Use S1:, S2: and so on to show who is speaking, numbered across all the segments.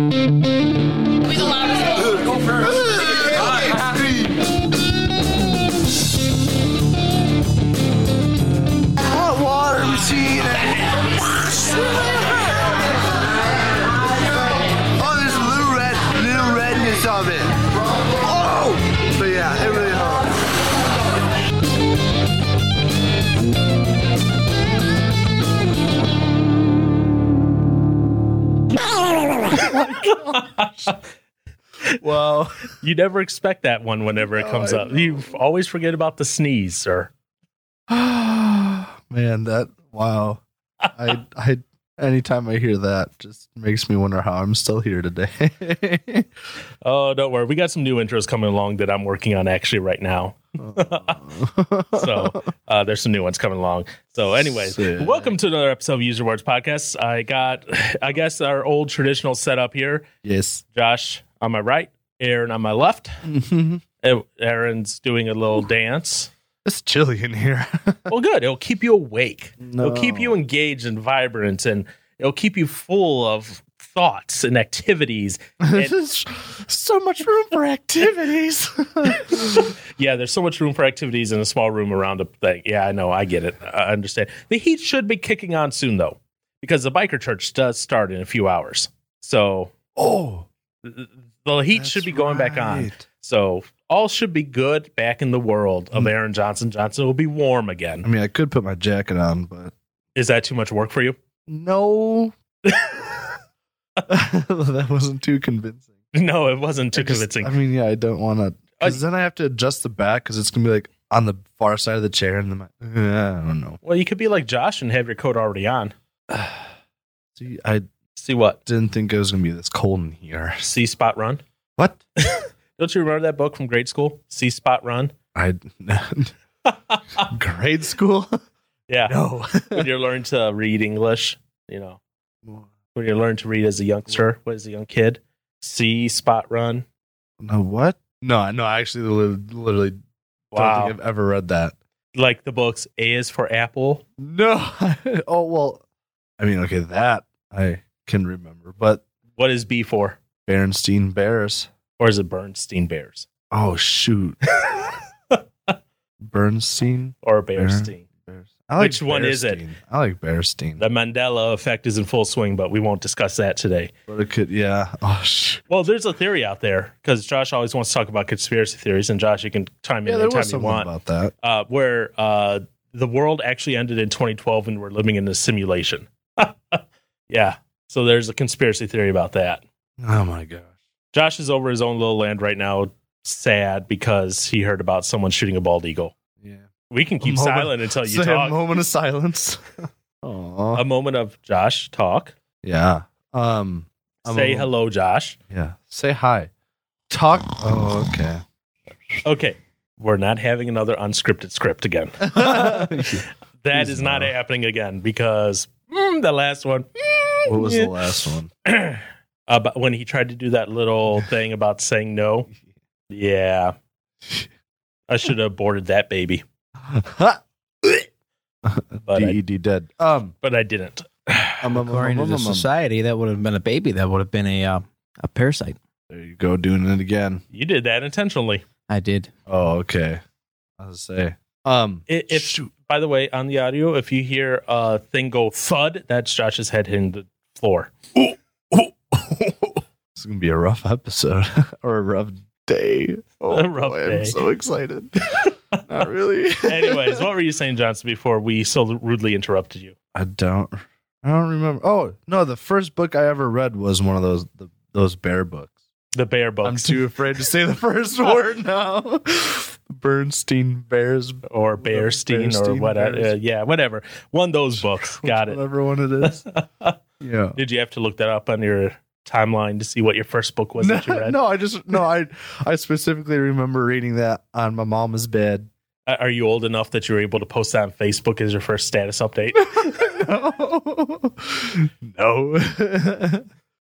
S1: We the loudest.
S2: Hot water machine. oh, there's a little red, little redness of it. Oh, but yeah, it really hurt.
S3: Well,
S4: You never expect that one whenever it comes up. You always forget about the sneeze, sir.
S3: man, that wow. I I anytime I hear that just makes me wonder how I'm still here today.
S4: Oh, don't worry. We got some new intros coming along that I'm working on actually right now. So uh, there's some new ones coming along. So, anyways,
S3: Sick.
S4: welcome to another episode of User Words Podcast. I got, I guess, our old traditional setup here.
S3: yes.
S4: Josh on my right, Aaron on my left. Eh, Aaron's doing a little dance.
S3: It's chilly in here.
S4: Well, good. It'll keep you awake.
S3: No.
S4: It'll keep you engaged and vibrant, and it'll keep you full of thoughts and activities. And-
S3: There's so much room for activities.
S4: yeah, there's so much room for activities in a small room around a thing. Yeah, I know. I get it. I understand. The heat should be kicking on soon, though, because the biker church does start in a few hours. So
S3: oh,
S4: th- the heat should
S3: that's
S4: be going back on.
S3: right.
S4: So all should be good back in the world of Aaron Johnson Johnson. It will be warm
S3: I
S4: again.
S3: mean, I could put my jacket on, but
S4: Is that too much work for you?
S3: no. that wasn't too convincing.
S4: No, it wasn't too
S3: I just-
S4: convincing. Uh,
S3: I mean, yeah, I don't want to. Because then I have to adjust the back because it's gonna be like on the far side of the chair, and then my, yeah, I don't know.
S4: well, you could be like Josh and have your coat already on.
S3: See, I
S4: See what?
S3: didn't think it was gonna be this cold in here.
S4: See Spot Run.
S3: What?
S4: Don't you remember that book from grade school? See Spot Run.
S3: I grade school?
S4: Yeah.
S3: No.
S4: when you learn to read English, you know, when you learn to read as a youngster, what is a young kid? See Spot Run.
S3: no. What? No. No. I actually li- literally don't
S4: Wow.
S3: think I've ever read that.
S4: Like the books A is for Apple.
S3: No. oh well. I mean, okay, that I can remember, but
S4: What is B for?
S3: Berenstein Bears.
S4: Or is it Bernstein Bears?
S3: Oh shoot. Bernstein
S4: Or Bearstein?
S3: Bears. I like
S4: Which one is it?
S3: Bearstein. I like Bearstein.
S4: The Mandela effect is in full swing, but we won't discuss that today.
S3: But it could, yeah. Oh, sh-
S4: Well, there's a theory out there because Josh always wants to talk about conspiracy theories, and Josh, you can chime in
S3: yeah, there
S4: anytime
S3: was
S4: you
S3: something
S4: want.
S3: about that.
S4: Uh, where uh, the world actually ended in 2012, and we're living in a simulation. yeah, so there's a conspiracy theory about that.
S3: Oh my gosh.
S4: Josh is over his own little land right now, sad because he heard about someone shooting a bald eagle.
S3: Yeah.
S4: We can keep
S3: moment-
S4: silent until Oh, you
S3: Say a
S4: talk.
S3: moment of silence. Aw.
S4: a moment of Josh talk.
S3: yeah. Um. a
S4: Say
S3: moment-
S4: hello, Josh.
S3: Yeah. Say hi. Talk. Oh, okay.
S4: Okay, we're not having another unscripted script again. That
S3: Please
S4: is not
S3: no.
S4: happening again because mm, the last one
S3: what was
S4: Yeah.
S3: the last one?
S4: about when he tried to do that little thing about saying no. Yeah, I should have aborted that baby, but I,
S3: D-E-D dead. Um.
S4: but I didn't.
S3: um, um,
S5: According to
S3: um,
S5: the
S3: um, um.
S5: society, that would have been a baby. That would have been a uh, a parasite.
S3: There you go, doing it again.
S4: You did that intentionally.
S5: I did.
S3: Oh, okay. I was gonna say. Um.
S4: I- If,
S3: Shoot.
S4: By the way, on the audio, if you hear a thing go thud, that's Josh's head hitting the floor.
S3: It's gonna be a rough episode or a rough day. Oh,
S4: A rough
S3: boy,
S4: day.
S3: I'm so excited. Not really.
S4: Anyways, what were you saying, Johnson, before we so rudely interrupted you?
S3: I don't. I don't remember. Oh no, the first book I ever read was one of those the, those bear books.
S4: The bear
S3: I'm
S4: books
S3: too afraid to say the first word now. Bernstein Bears,
S4: or Bearstein or
S3: Bearstein
S4: whatever.
S3: Bears.
S4: Uh, yeah, whatever. One of those books. Got it.
S3: whatever one it is. yeah.
S4: Did you have to look that up on your timeline to see what your first book was that you
S3: no,
S4: read?
S3: no, I just no, I I specifically remember reading that on my mama's bed.
S4: Uh, Are you old enough that you were able to post that on Facebook as your first status update?
S3: no, no,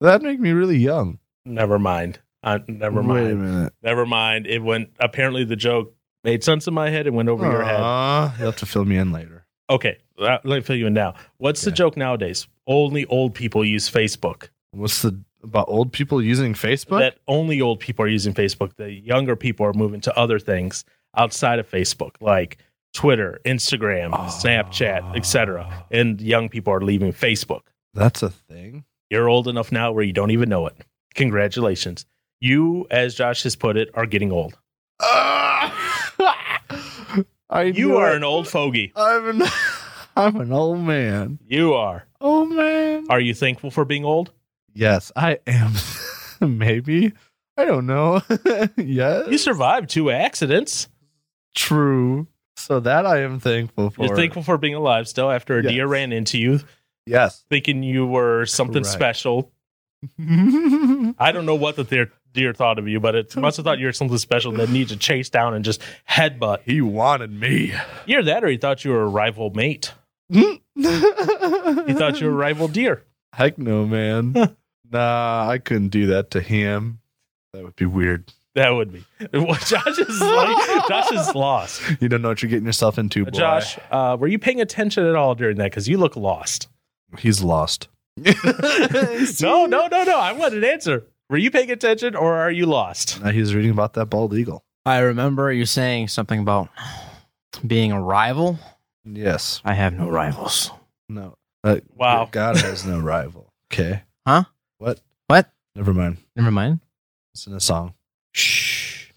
S3: that make me really young.
S4: never mind. Uh, never
S3: Wait a
S4: mind.
S3: minute.
S4: Never mind. It went. Apparently, the joke made sense in my head and went over your head.
S3: Aw, You'll have to fill me in later.
S4: Okay, uh, let me fill you in now. What's the
S3: Okay.
S4: joke nowadays? Only old people use Facebook.
S3: What's the about old people using Facebook?
S4: that only old people are using Facebook. The younger people are moving to other things outside of Facebook, like Twitter, Instagram, Snapchat, etc. And young people are leaving Facebook.
S3: That's a thing.
S4: You're old enough now where you don't even know it. Congratulations. You, as Josh has put it, are getting old.
S3: I
S4: You
S3: knew
S4: are
S3: it.
S4: an old fogey.
S3: I'm an I'm an old man.
S4: You are.
S3: Oh man.
S4: Are you thankful for being old?
S3: Yes, I am. Maybe I don't know. yes,
S4: You survived two accidents.
S3: true. So that I am thankful for.
S4: You're thankful for being alive still after a
S3: Yes.
S4: deer ran into you,
S3: Yes.
S4: thinking you were something
S3: Correct.
S4: special,
S3: I
S4: I don't know what the deer, deer thought of you, but it must have thought you were something special that needed to chase down and just headbutt.
S3: He wanted me.
S4: Either that or he thought you were a rival mate.
S3: he
S4: He thought you were a rival deer.
S3: Heck no, man. nah, I couldn't do that to him. That would be weird.
S4: That would be. What Josh is like, Josh is lost.
S3: You don't know what you're getting yourself into, boy.
S4: Josh, uh, were you paying attention at all during that? Because you look lost.
S3: he's lost.
S4: No, no, no, no. I want an answer. Were you paying attention or are you lost?
S3: Now he's reading about that bald eagle.
S5: I remember you saying something about being a rival.
S3: Yes.
S5: I have no rivals.
S3: No. Uh,
S4: Wow.
S3: God has no rival. Okay.
S5: Huh?
S3: What?
S5: What?
S3: Never mind.
S5: Never mind.
S3: It's in a song.
S5: Shh.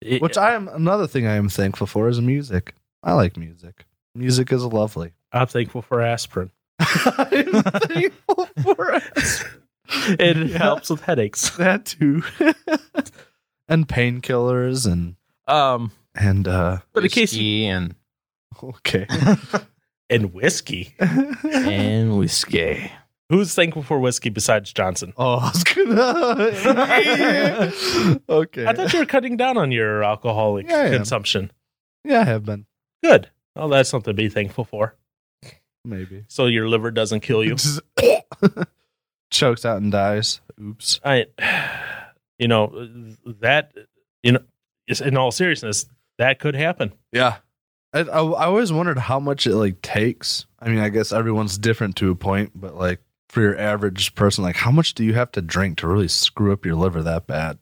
S5: It-
S3: Which I am another thing I am thankful for is music. I like music. Music is lovely.
S4: I'm thankful for aspirin.
S3: I'm thankful for it.
S4: It
S3: Yeah.
S4: helps with headaches.
S3: that too. and painkillers and
S4: Um,
S3: and uh
S4: but in case you.
S5: whiskey and
S3: okay.
S4: And whiskey.
S5: and whiskey.
S4: Who's thankful for whiskey besides Johnson?
S3: oh, I was gonna Okay.
S4: I thought you were cutting down on your alcoholic
S3: Yeah, I am.
S4: consumption.
S3: yeah, I have been.
S4: Good. Well, that's something to be thankful for.
S3: Maybe.
S4: So your liver doesn't kill you.
S3: Just- Chokes out and dies. Oops.
S4: I, you know, that, you know, is- in all seriousness, that could happen.
S3: Yeah. I, I I always wondered how much it like takes. I mean, I guess everyone's different to a point, but like for your average person, like how much do you have to drink to really screw up your liver that bad?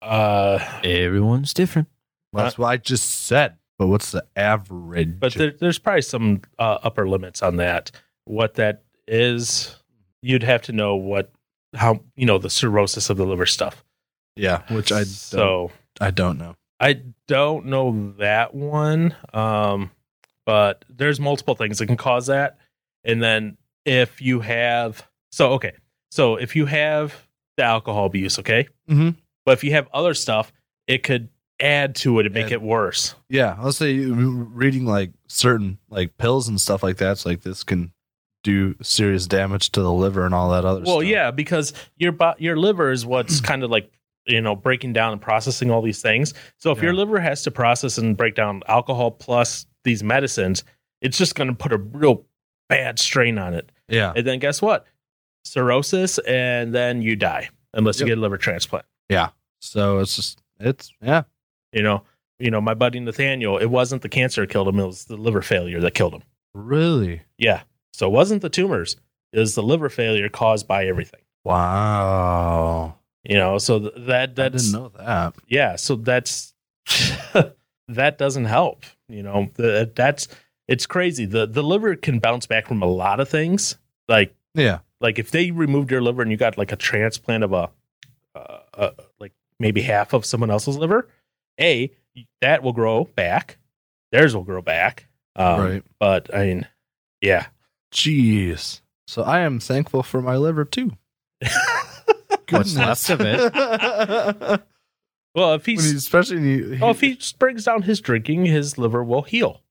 S4: Uh,
S5: Everyone's different.
S3: Well, that's what I just said. But what's the average?
S4: but there, there's probably some uh, upper limits on that. What that is, you'd have to know what, how, you know, the cirrhosis of the liver stuff.
S3: yeah, which I don't,
S4: so.
S3: I don't know.
S4: I don't know that one, um, but there's multiple things that can cause that. And then if you have, so okay, so if you have the alcohol abuse, okay,
S3: Mhm.
S4: but if you have other stuff, it could add to it and make
S3: Add-
S4: it worse.
S3: Yeah, I'll say you- reading like certain like pills and stuff like that. It's like this can do serious damage to the liver and all that other.
S4: Well,
S3: stuff.
S4: yeah, because your bo- your liver is what's kind of like you know breaking down and processing all these things. So if your
S3: Yeah.
S4: liver has to process and break down alcohol plus these medicines, it's just going to put a real bad strain on it.
S3: yeah,
S4: And then guess what? Cirrhosis, and then you die unless you
S3: Yep.
S4: get a liver transplant.
S3: So it's just it's yeah,
S4: You know, you know, my buddy Nathaniel, it wasn't the cancer that killed him, it was the liver failure that killed him.
S3: really
S4: Yeah. So it wasn't the tumors, it was the liver failure caused by everything.
S3: wow.
S4: You know, so th- that
S3: I didn't
S4: that's
S3: know that.
S4: yeah, so that's that doesn't help. You know, the, that's it's crazy. The the liver can bounce back from a lot of things. Like
S3: Yeah,
S4: like if they removed your liver and you got like a transplant of a, uh, uh, like maybe half of someone else's liver, a that will grow back, theirs will grow back. Um,
S3: right.
S4: But I mean, yeah,
S3: Jeez. So I am thankful for my liver too.
S5: What's left of it.
S3: it?
S4: well, if
S3: when he,
S4: he's
S3: especially when he,
S4: oh, if he just brings down his drinking, his liver will heal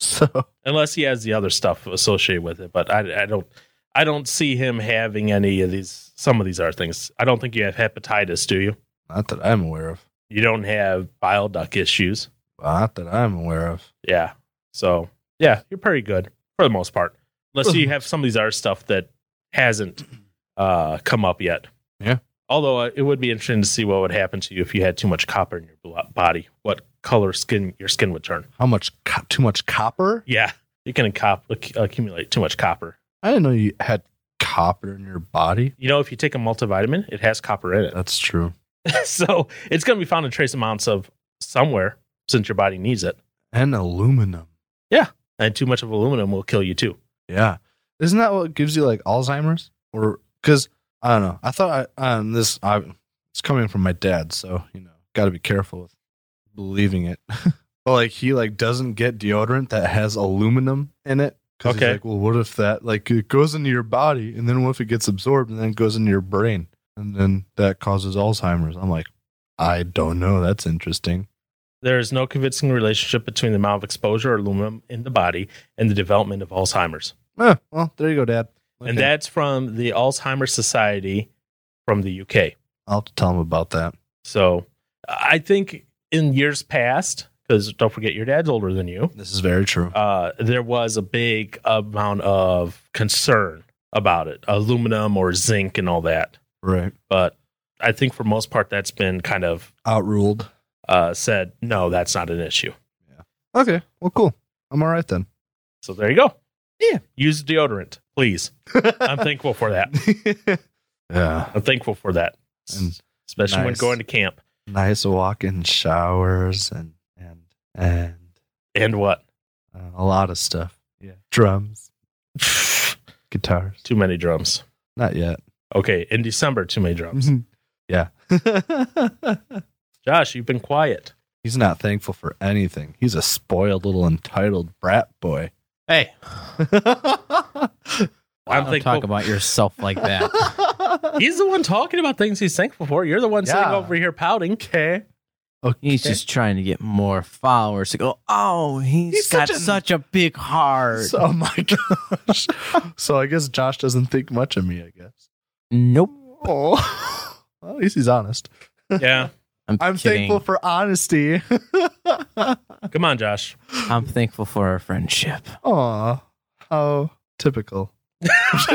S3: so
S4: unless he has the other stuff associated with it. But I, I don't. I don't see him having any of these. Some of these are things. I don't think you have hepatitis, do you?
S3: not that I'm aware of.
S4: You don't have bile duct issues.
S3: Not that I'm aware of.
S4: Yeah. So yeah, you're pretty good for the most part, unless you have some of these other stuff that hasn't uh, come up yet.
S3: Yeah.
S4: Although uh, it would be interesting to see what would happen to you if you had too much copper in your blo- body. What color skin your skin would turn?
S3: How much co- too much copper?
S4: Yeah. You can cop, acc- accumulate too much copper.
S3: I didn't know you had copper in your body.
S4: You know, if you take a multivitamin, it has copper in
S3: That's true.
S4: it. so it's going to be found in trace amounts of somewhere since your body needs it.
S3: And aluminum.
S4: And too much of aluminum will kill you too.
S3: Yeah. Isn't that what gives you like Alzheimer's? Or because I don't know. I thought I, um, this I, it's coming from my dad, so you know, got to be careful with believing it. but like he like doesn't get deodorant that has aluminum in it. 'Cause he's
S4: Okay.
S3: like, well, what if that like it goes into your body, and then what if it gets absorbed and then it goes into your brain, and then that causes Alzheimer's? I'm like, I don't know. That's interesting.
S4: There is no convincing relationship between the amount of exposure or aluminum in the body and the development of Alzheimer's.
S3: Eh, well, there you go, Dad.
S4: And
S3: Okay.
S4: that's from the Alzheimer's Society from the UK.
S3: I'll have to tell him about that.
S4: So I think in years past, because don't forget your dad's older than you,
S3: This is very true.
S4: uh, there was a big amount of concern about it, aluminum or zinc and all that.
S3: right.
S4: But I think for most part, that's been kind of
S3: Outruled.
S4: uh, said, no, that's not an issue.
S3: Okay. Well, cool. I'm all right then.
S4: So there you go.
S3: Yeah.
S4: Use deodorant, please. I'm thankful for that.
S3: yeah.
S4: I'm thankful for that,
S3: And
S4: especially when
S3: nice.
S4: going to camp.
S3: nice walk and showers and and and
S4: And what?
S3: uh, a lot of stuff. Yeah. Drums, guitars.
S4: Too many drums.
S3: Not yet.
S4: Okay. In December, too many drums.
S3: Mm-hmm. yeah.
S4: Josh, you've been quiet.
S3: He's not thankful for anything. He's a spoiled little entitled brat boy.
S5: Hey,
S4: I'm
S5: don't
S4: thankful-
S5: talk about yourself like that.
S4: He's the one talking about things he's thankful for. You're the one sitting
S3: Yeah.
S4: over here pouting. Okay.
S5: He's just trying to get more followers to go. Oh,
S3: He's
S5: he's got
S3: such
S5: such
S3: a-
S5: a, big heart.
S3: Oh my gosh. so I guess Josh doesn't think much of me, I guess.
S5: nope.
S3: Oh. Well, at least he's honest.
S4: Yeah.
S5: I'm,
S3: I'm
S5: kidding.
S3: thankful for honesty.
S4: Come on, Josh.
S5: I'm thankful for our friendship.
S3: Aw, how typical.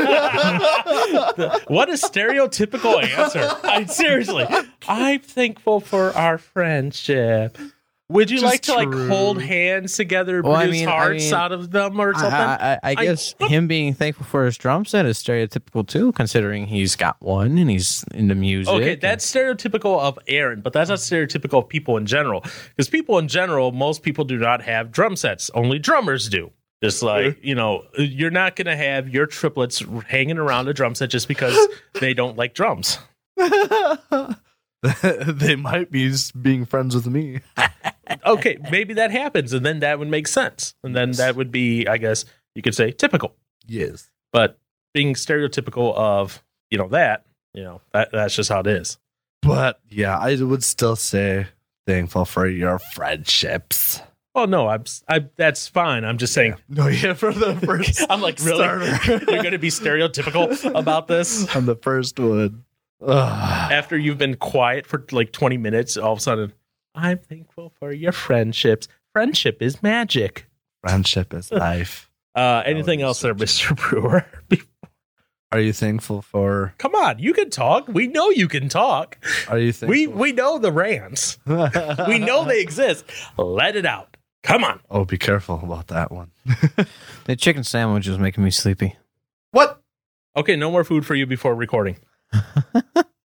S4: what a stereotypical answer. I seriously. I'm thankful for our friendship. Would you
S3: Just
S4: like to
S3: true.
S4: like hold hands together, and
S5: Well, I
S4: produce
S5: mean- I
S4: hearts
S5: mean-
S4: out of them or
S5: I-
S4: something?
S5: Uh-huh, I, I, I
S4: I-
S5: guess him being thankful for his drum set is stereotypical too, considering he's got one and he's into music.
S4: okay,
S5: and-
S4: that's stereotypical of Aaron, but that's not stereotypical of people in general. Because people in general, most people do not have drum sets. Only drummers do. Just like you know, you're not gonna have your triplets hanging around a drum set just because they don't like drums.
S3: they might be s- being friends with me.
S4: Okay, maybe that happens, and then that would make sense, and then that would be, I guess, you could say typical.
S3: Yes.
S4: But being stereotypical of you know that you know that that's just how it is.
S3: But yeah, I would still say thankful for your friendships.
S4: Oh no, I'm I that's fine. I'm just saying.
S3: No, yeah, for the first.
S4: I'm like really. You're going to be stereotypical about this
S3: I'm the first one. Ugh.
S4: after you've been quiet for like 20 minutes. All of a sudden, I'm thankful for your friendships. Friendship is magic.
S3: Friendship is life.
S4: Uh, anything
S3: would be
S4: else there,
S3: such
S4: Mr. Brewer?
S3: Are you thankful for?
S4: Come on, you can talk. We know you can talk.
S3: Are you thankful?
S4: We we know the rants. We know they exist. Let it out. Come on.
S3: Oh, be careful about that one.
S5: the chicken sandwich is making me sleepy.
S3: What?
S4: Okay, no more food for you before recording.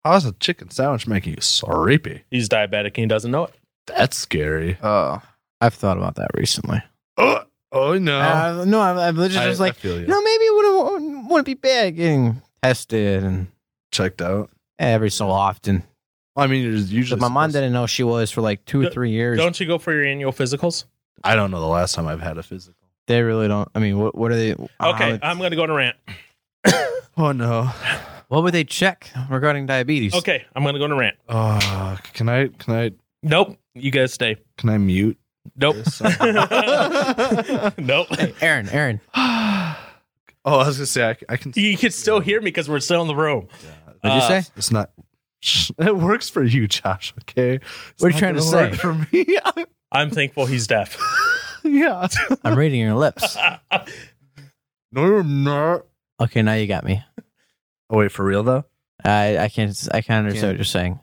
S3: How's a chicken sandwich making you sleepy?
S4: He's diabetic and he doesn't know it.
S3: That's scary.
S5: Oh, I've thought about that recently.
S3: Oh, oh no.
S5: Uh, no, I'm, I'm literally just like,
S3: feel you.
S5: no, maybe it wouldn't, wouldn't be bad getting tested and
S3: Checked out.
S5: every so often.
S3: I mean, you're just usually.
S5: But my mom
S3: supposed-
S5: didn't know she was for like two or
S4: Don't-
S5: three years.
S4: Don't you go for your annual physicals?
S3: I don't know the last time I've had a physical.
S5: They really don't. I mean, what, what are they? uh,
S4: Okay, uh
S5: how-
S4: I'm going to go on a rant.
S3: Oh no.
S5: what would they check regarding diabetes?
S4: Okay, I'm going to go on a rant.
S3: Uh, can I? Can I?
S4: Nope, you guys stay.
S3: Can I mute?
S4: Nope.
S3: This?
S4: nope.
S5: Hey, Aaron, Aaron,
S3: oh, I was gonna say I, c- I can.
S4: You can still hear me because we're still in the room.
S5: what'd you
S4: Uh,
S5: say?
S3: It's not. It works for you, Josh. Okay. It's
S5: What are you
S3: not
S5: trying to
S3: gonna
S5: say?
S3: work For me.
S4: I'm thankful he's deaf.
S3: yeah.
S5: I'm reading your lips.
S3: No, you're not.
S5: Okay, now you got me.
S3: Oh wait, for real though.
S5: I I can't I can't
S3: Can't.
S5: understand what you're saying.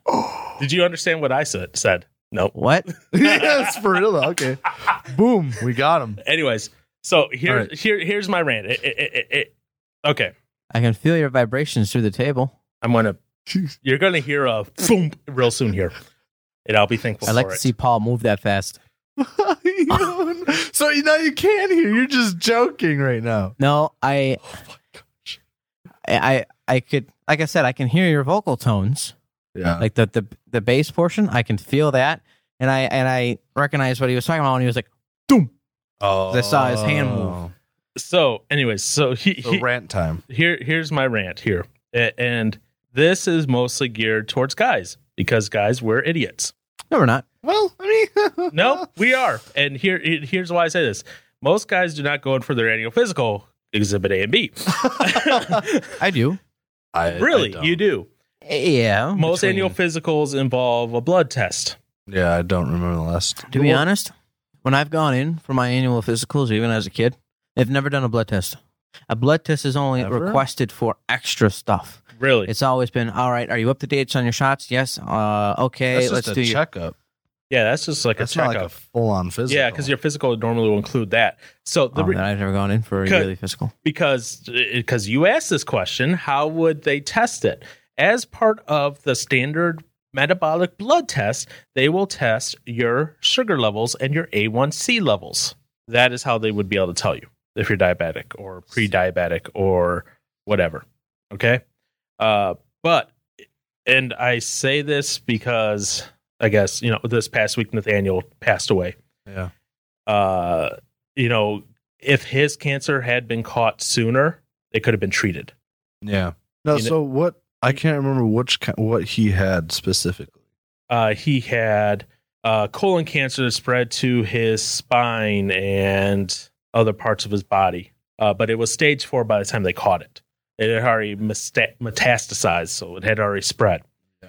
S4: Did you understand what I said? Said nope.
S5: What?
S3: yes, for real though. Okay. Boom. We got him.
S4: Anyways, So here,
S3: All right.
S4: here, here's my rant. It- it- it- it- okay,
S5: I can feel your vibrations through the table.
S4: I'm gonna. You're gonna hear a boom real soon here, and I'll be thankful.
S5: I'd like
S4: for
S5: to
S4: it.
S5: see Paul move that fast.
S3: so you know you can hear. You're just joking right now.
S5: No, I, I, I, I could, like I said, I can hear your vocal tones,
S3: Yeah.
S5: like the the the bass portion. I can feel that, and I and I recognize what he was talking about when he was like, "Doom."
S3: oh,
S5: I saw his hand move.
S4: So, anyways, so he,
S3: So
S4: he
S3: rant time.
S4: here here's my rant here A- and this is mostly geared towards guys because guys we're idiots
S5: No, we're not.
S3: Well, I mean,
S4: no we are and here here's why i say this most guys do not go in for their annual physical exhibit a and b
S5: I do.
S3: I
S4: really
S3: I don't.
S4: you do
S5: Yeah.
S4: most
S5: between-
S4: annual physicals involve a blood test
S3: Yeah, I don't remember the last.
S5: To be honest, when I've gone in for my annual physicals, even as a kid, they've never done a blood test. A blood test is only
S3: Ever?
S5: requested for extra stuff.
S4: really
S5: It's always been all right. Are you up to date on your shots? Yes. Uh, okay.
S3: That's
S5: let's
S3: just
S5: do
S3: a
S5: your
S3: checkup.
S4: yeah that's just like
S3: That's
S4: a
S3: not
S4: checkup
S3: like a full on physical.
S4: yeah because your physical would normally will include that so the
S5: Oh,
S4: re-
S5: then I've never gone in for a
S4: Cut.
S5: yearly physical.
S4: because because you asked this question how would they test it as part of the standard metabolic blood test they will test your sugar levels and your a1c levels that is how they would be able to tell you if you're diabetic or pre-diabetic or whatever okay uh but and i say this because i guess you know this past week nathaniel passed away
S3: yeah.
S4: uh, you know, if his cancer had been caught sooner, it could have been treated.
S3: Yeah. No,
S4: You know-
S3: so what? I can't remember which ki- what he had specifically.
S4: Uh, he had uh, colon cancer that spread to his spine and other parts of his body, uh, but it was stage four by the time they caught it. It had already mesta- metastasized, so it had already spread.
S3: Yeah.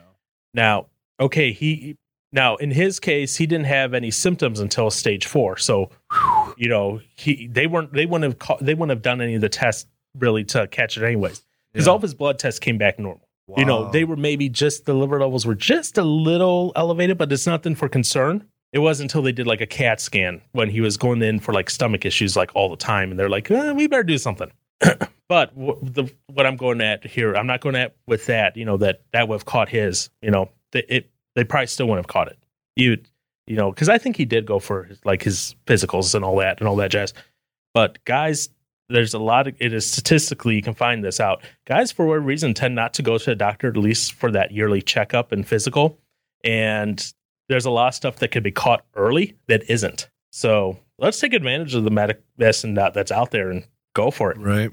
S4: Now, okay, he now in his case, he didn't have any symptoms until stage four. So, you know, he they weren't they wouldn't have caught, they wouldn't have done any of the tests really to catch it anyways because
S3: Yeah.
S4: all of his blood tests came back normal. You know,
S3: Wow.
S4: they were maybe just the liver levels were just a little elevated, but it's nothing for concern. It wasn't until they did like a CAT scan when he was going in for like stomach issues like all the time, and they're like, eh, "We better do something." but w- the what I'm going at here, I'm not going at with that. You know that that would have caught his. You know, they, it they probably still wouldn't have caught it. You you know, because I think he did go for his, like his physicals and all that and all that jazz. But guys, there's a lot of it is statistically you can find this out. Guys, for whatever reason, tend not to go to a doctor at least for that yearly checkup and physical. And there's a lot of stuff that could be caught early that isn't. So let's take advantage of the medic medicine that, that's out there and go for it.
S3: right.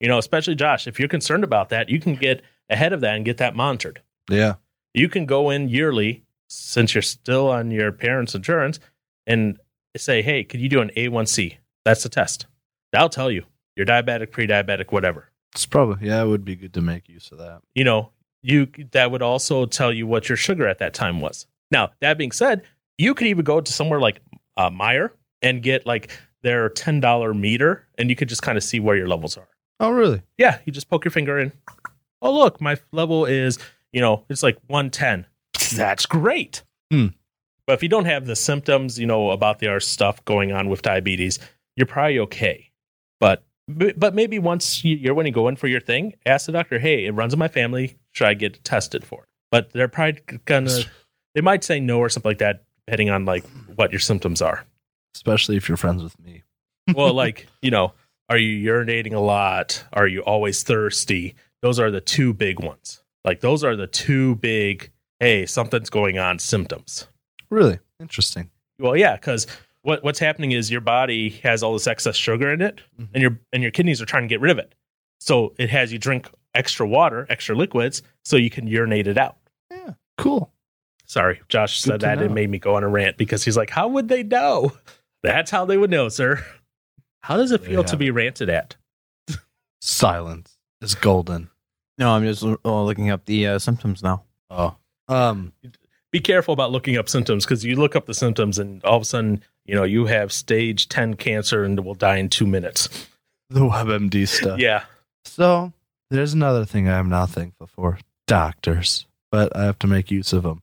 S4: You know, especially Josh, if you're concerned about that, you can get ahead of that and get that monitored
S3: Yeah.
S4: you can go in yearly since you're still on your parents' insurance and say, hey, could you do an A1C? That's the test. That'll tell you you're diabetic, pre diabetic, whatever.
S3: It's probably yeah. It would be good to make use of that.
S4: You know, you that would also tell you what your sugar at that time was. Now, that being said, you could even go to somewhere like uh, Meyer and get like their $10 meter and you could just kind of see where your levels are.
S3: Oh really?
S4: Yeah, you just poke your finger in. Oh, look, my level is, you know, it's like 110. That's great.
S3: Hmm.
S4: But if you don't have the symptoms, you know, about the other stuff going on with diabetes, you're probably okay. But but maybe once you- you're when you go in for your thing, ask the doctor, hey, it runs in my family. Should I get tested for it? But they're probably gonna they might say no or something like that, depending on like what your symptoms are
S3: Especially if you're friends with me.
S4: well, like, you know, are you urinating a lot? Are you always thirsty? Those are the two big ones. Like, those are the two big, hey, something's going on symptoms.
S3: Really interesting.
S4: Well, yeah, because what, what's happening is your body has all this excess sugar in it,
S3: Mhm.
S4: and your and your kidneys are trying to get rid of it. So it has you drink extra water, extra liquids, so you can urinate it out.
S3: Cool.
S4: Sorry, Josh
S3: Good
S4: said
S3: to
S4: that it
S3: know.
S4: made me go on a rant because he's like, "How would they know?" That's how they would know, sir. How does it
S3: There you
S4: feel to
S3: have
S4: be ranted at?
S3: Silence is golden.
S5: No, I'm just uh, looking up the uh, symptoms now.
S3: Oh. Um.
S4: be careful about looking up symptoms because you look up the symptoms and all of a sudden you know you have stage 10 cancer and will die in two minutes
S3: The WebMD stuff.
S4: yeah
S3: So there's another thing I am not thankful for: doctors. But I have to make use of them.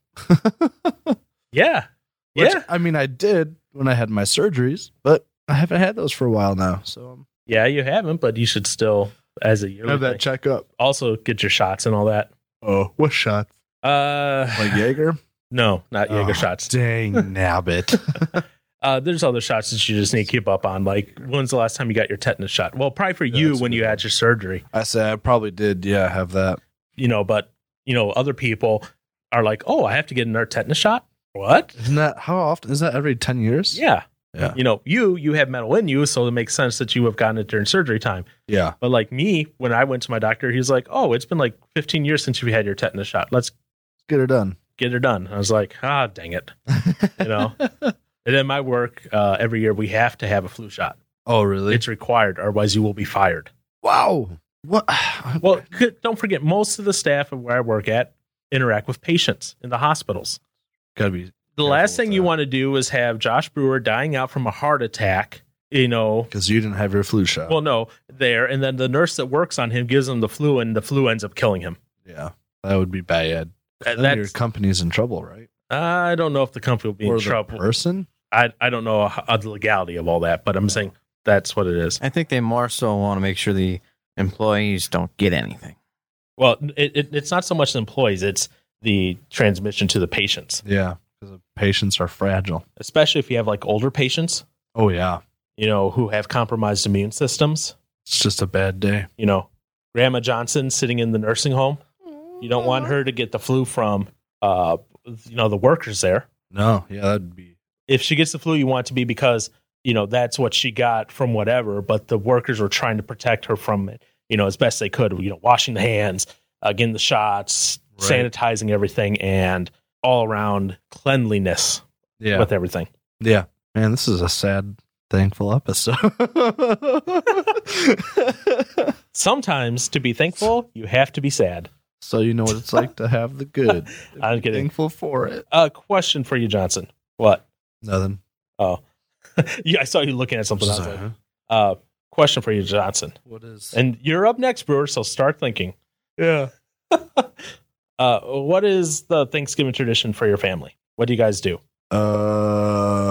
S4: yeah
S3: Which,
S4: yeah
S3: I mean, I did when I had my surgeries, but I haven't had those for a while now, so
S4: Yeah, you haven't, but you should still, as a
S3: I'm
S4: yearly,
S3: have that
S4: thing,
S3: checkup.
S4: also get your shots and all that.
S3: Oh, what shot?
S4: Uh,
S3: Like Jaeger?
S4: no, not Jaeger
S3: Oh,
S4: shots.
S3: Dang nabbit.
S4: Uh, there's other shots that you just need to keep up on. Like, when's the last time you got your tetanus shot? Well, probably for
S3: Yeah,
S4: you
S3: that's a
S4: when
S3: good
S4: you
S3: one.
S4: had your surgery,
S3: I said I probably did. Yeah, have that.
S4: you know, but, you know, other people are like, oh, I have to get another tetanus shot? What?
S3: Isn't that how often? Is that every ten years?
S4: Yeah.
S3: Yeah.
S4: You know, you you have metal in you, so it makes sense that you have gotten it during surgery time.
S3: Yeah.
S4: But like me, when I went to my doctor, he's like, "Oh, it's been like 15 years since you had your tetanus shot. Let's
S3: Get her done.
S4: get it done." I was like, "Ah, dang it!" You know. and in my work, uh, every year we have to have a flu shot.
S3: Oh, really?
S4: It's required, otherwise you will be fired.
S3: wow. What?
S4: Well, c- don't forget, most of the staff of where I work at interact with patients in the hospitals.
S3: gotta be
S4: The
S3: Careful
S4: last
S3: with
S4: thing you
S3: that.
S4: want to do is have Josh Brewer dying out from a heart attack. You know,
S3: because you didn't have your flu shot.
S4: well, no, there, and then the nurse that works on him gives him the flu, and the flu ends up killing him.
S3: yeah, that would be bad.
S4: That-
S3: Then your
S4: that's-
S3: company's in trouble, right?
S4: I don't know if the company will be
S3: or
S4: in
S3: the
S4: trouble.
S3: person?
S4: I, I don't know how, uh, the legality of all that, but I'm saying that's what it is.
S5: I think they more so want to make sure the employees don't get anything.
S4: Well, it, it, it's not so much the employees, it's the transmission to the patients,
S3: Yeah, because patients are fragile.
S4: especially if you have like older patients,
S3: Oh yeah,
S4: you know, who have compromised immune systems.
S3: it's just a bad day.
S4: You know, Grandma Johnson sitting in the nursing home, you don't want
S5: Uh-huh.
S4: her to get the flu from, uh, you know, the workers there.
S3: No, yeah, that'd be
S4: If she gets the flu, you want it to be because, you know, that's what she got from whatever, but the workers were trying to protect her from it, you know, as best they could, you know, washing the hands, uh, getting the shots,
S3: Right.
S4: sanitizing everything, and all around cleanliness
S3: yeah,
S4: with everything.
S3: yeah. Man, this is a sad, thankful episode.
S4: Sometimes to be thankful, you have to be sad.
S3: so you know what it's like to have the good.
S4: I'm kidding.
S3: Thankful for it.
S4: A question for you, Johnson. What?
S3: Nothing.
S4: Yeah, I saw you looking at something. I
S3: Just
S4: was
S3: like,
S4: like,
S3: huh?
S4: uh, question for you, Johnson.
S3: What is?
S4: And you're up next, Brewer, so start thinking. Yeah. uh, what is the Thanksgiving tradition for your family? What do you guys do?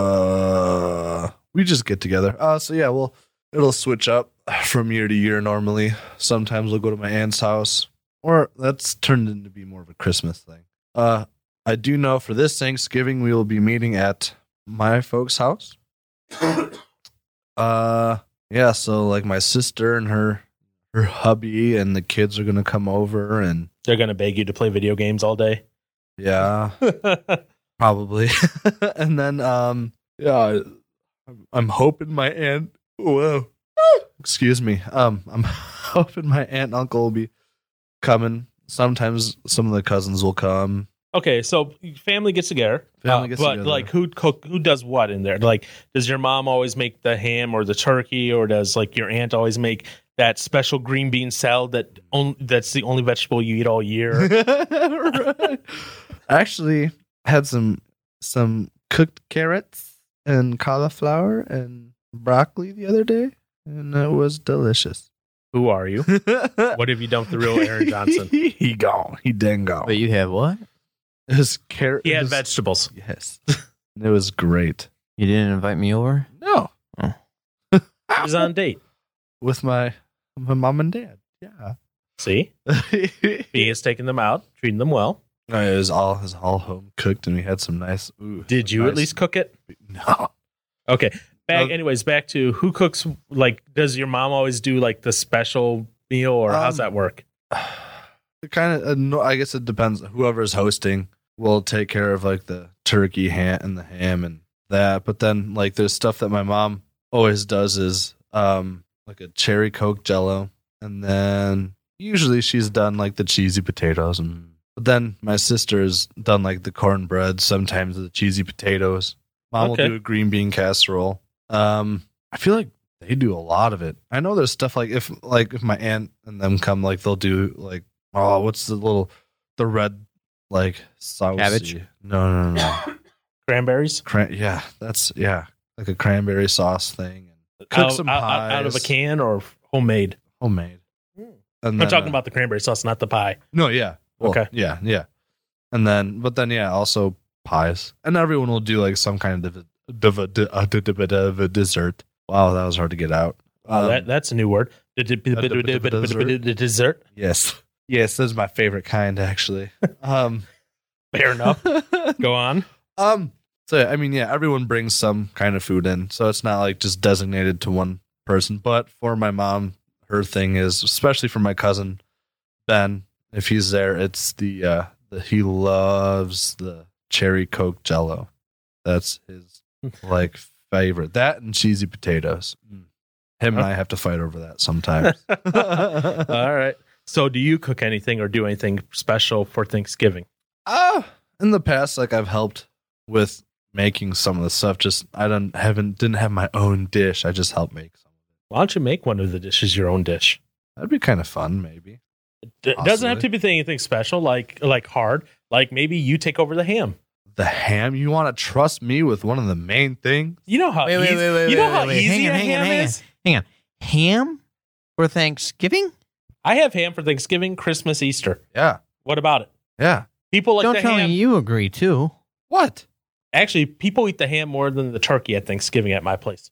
S3: Uh, we just get together. Uh, so yeah, well, it'll switch up from year to year normally. Sometimes we'll go to my aunt's house, or that's turned into be more of a Christmas thing. Uh, I do know for this Thanksgiving we will be meeting at my folks' house. uh, yeah, so like my sister and her her hubby and the kids are gonna come over, and
S4: They're going to beg you to play video games all day.
S3: yeah, probably and then um yeah I- I'm, I'm hoping my aunt whoa excuse me um i'm hoping my aunt and uncle will be coming sometimes some of the cousins will come
S4: okay, so family gets together. Uh,
S3: Family gets
S4: but
S3: together.
S4: like who cook who does what in there? Like does your mom always make the ham or the turkey or does like your aunt always make that special green bean salad that on, that's the only vegetable you eat all year?
S3: Right. actually I had some some cooked carrots and cauliflower and broccoli the other day and it was delicious
S4: who are you? What have you done with the real Aaron Johnson?
S3: he gone he didn't go
S5: But you have what?
S3: It was carrot.
S4: He
S3: it
S4: had
S3: was-
S4: vegetables.
S3: Yes, it was great.
S5: You didn't invite me over?
S3: No,
S5: Oh.
S4: He was on a date.
S3: with my my mom and dad. Yeah,
S4: See?
S3: it
S4: He is taking them out, treating them well.
S3: was all it was all home cooked, and we had some nice. Ooh,
S4: Did
S3: some
S4: you at
S3: nice-
S4: least cook it? Um,
S3: No,
S4: Okay. Back
S3: Uh,
S4: anyways, back to who cooks like does your mom always do like the special meal or how's
S3: Um,
S4: that work?
S3: it kind of. No, I guess it depends. Whoever's hosting will take care of like the turkey ham and the ham and that. But then like there's stuff that my mom always does is um like a cherry coke jello, and then usually she's done like the cheesy potatoes and but then my sister's done like the cornbread sometimes the cheesy potatoes mom
S4: Okay.
S3: will do a green bean casserole um i feel like they do a lot of it i know there's stuff like if like if my aunt and them come like they'll do like oh what's the little the red like sauce
S5: Cabbage?
S3: no no no, no.
S4: Cranberries?
S3: Cran- yeah that's yeah like a cranberry sauce thing and cook
S4: out,
S3: some
S4: out- out- out of a
S3: pies.
S4: can or homemade?
S3: homemade
S4: Mm.
S3: and
S4: I'm
S3: then,
S4: talking
S3: uh,
S4: about the cranberry sauce, not the pie.
S3: No, yeah. Well,
S4: Okay.
S3: Yeah, yeah. And then, but then, yeah, also pies. And everyone will do like some kind of div- div- div- uh, div- div- div- dessert. Wow, that was hard to get out.
S4: Wow,
S3: Um,
S4: that, that's a new word. Dessert.
S3: yes. Yes, this is my favorite kind actually. Um
S4: Fair enough. Go on.
S3: Um. So I mean, yeah, everyone brings some kind of food in, so it's not like just designated to one person. But for my mom, her thing is, especially for my cousin Ben, if he's there, it's the uh, the he loves the cherry coke jello. That's his like favorite. That and cheesy potatoes.
S4: Hmm.
S3: Him and I have to fight over that sometimes.
S4: All right. So, do you cook anything or do anything special for Thanksgiving?
S3: Uh, in the past, like I've helped with making some of the stuff. Just I don't haven't didn't have my own dish. I just helped make some.
S4: Why don't you make one of the dishes your own dish?
S3: That'd be kind of fun, maybe.
S4: It doesn't have
S3: Possibly.
S4: to be anything special, like like hard. Like maybe you take over the ham.
S3: The ham. You want to trust me with one of the main things?
S4: You know how
S5: Wait, wait,
S4: easy,
S5: wait, wait, wait,
S4: you know how
S5: wait, wait.
S4: easy
S5: Hang on,
S4: a
S5: hang on,
S4: ham
S5: hang on.
S4: is.
S5: Ham for Thanksgiving?
S4: I have ham for Thanksgiving, Christmas, Easter.
S3: Yeah,
S4: What about it?
S3: yeah.
S4: People like
S5: Don't
S4: the
S5: tell
S4: ham.
S5: me you agree too.
S3: What?
S4: Actually, people eat the ham more than the turkey at Thanksgiving at my place.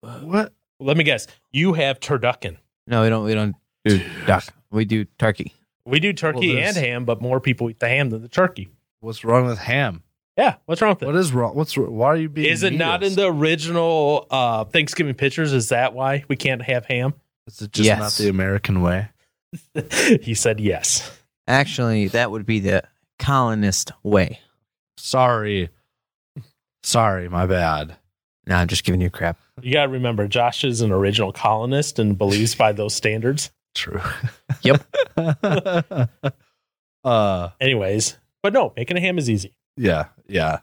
S3: What?
S4: Let me guess. You have turducken.
S5: No, we don't. We don't do duck. We do turkey.
S4: We do turkey
S3: Well, there's-
S4: and ham, but more people eat the ham than the turkey.
S3: What's wrong with ham?
S4: Yeah, what's wrong with it?
S3: What is wrong? What's wr- why are you being?
S4: Is it not in
S3: elitist?
S4: the original uh, Thanksgiving pictures? Is that why we can't have ham?
S3: Is it just
S5: Yes.
S3: not the American way?
S4: he said yes.
S5: Actually, that would be the colonist way.
S3: Sorry, sorry, my bad.
S5: No, I'm just giving you crap.
S4: You got to remember, Josh is an original colonist and believes by those standards.
S3: True.
S5: Yep.
S3: uh.
S4: Anyways, but no, making a ham is easy.
S3: Yeah. Yeah.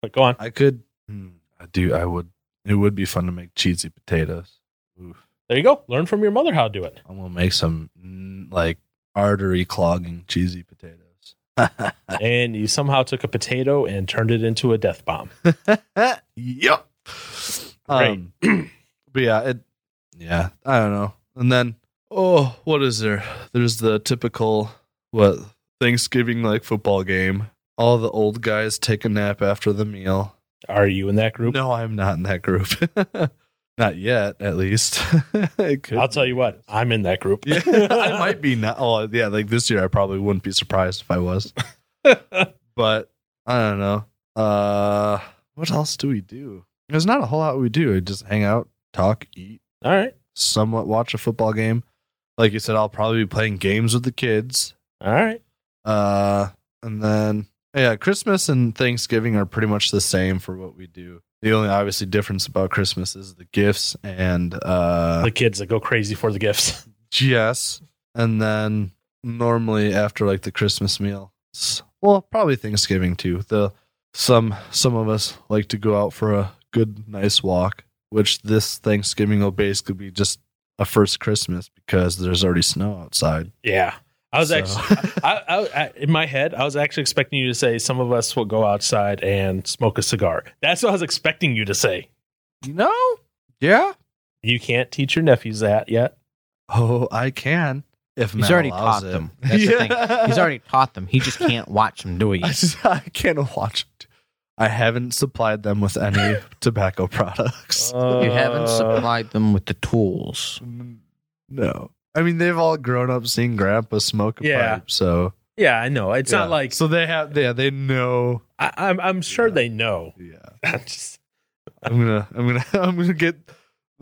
S4: But go on.
S3: I could. Hmm, I do. I would. It would be fun to make cheesy potatoes. Oof.
S4: There you go. Learn from your mother how to do it.
S3: I'm gonna make some mm, like artery clogging cheesy potatoes. Ah.
S4: And you somehow took a potato and turned it into a death bomb.
S3: yep. Um, but yeah, it. Yeah, I don't know. And then oh, what is there? There's the typical what Thanksgiving like football game. All the old guys take a nap after the meal.
S4: Are you in that group?
S3: No, I'm not in that group. not yet, at least. It could
S4: I'll
S3: be.
S4: tell you what, I'm in that group.
S3: Yeah, I might be not. Oh, yeah. Like this year, I probably wouldn't be surprised if I was. but I don't know. Uh, what else do we do? There's not a whole lot we do. We just hang out, talk, eat,
S4: All right.
S3: somewhat watch a football game. Like you said, I'll probably be playing games with the kids.
S4: All right.
S3: Uh, and then yeah, Christmas and Thanksgiving are pretty much the same for what we do. The only obviously difference about Christmas is the gifts and uh,
S4: The kids that go crazy for the gifts.
S3: Yes. And then normally after like the Christmas meal, s- well, probably Thanksgiving too. The some some of us like to go out for a good nice walk, which this Thanksgiving will basically be just a first Christmas because there's already snow outside.
S4: Yeah. I was
S3: So-
S4: actually, I, I, I, in my head, I was actually expecting you to say some of us will go outside and smoke a cigar. That's what I was expecting you to say.
S3: No. Yeah.
S4: You can't teach your nephews that yet.
S3: Oh, I can. If
S5: He's
S3: Matt
S5: already
S3: allows
S5: taught
S3: it.
S5: them. That's the thing. He's already taught them. He just can't watch them do it.
S3: I,
S5: yet.
S3: just, I can't watch it. I haven't supplied them with any tobacco
S4: Oh,
S3: products.
S5: You
S3: Uh,
S5: haven't supplied them with the tools.
S4: mm.
S3: No. I mean, they've all grown up seeing Grandpa smoke a
S4: Yeah.
S3: pipe, so
S4: Yeah, I know. It's
S3: Yeah.
S4: not like
S3: so they have yeah they know
S4: I, I'm. I'm sure
S3: Yeah.
S4: they know.
S3: yeah.
S4: I'm just-
S3: I'm gonna I'm gonna I'm gonna get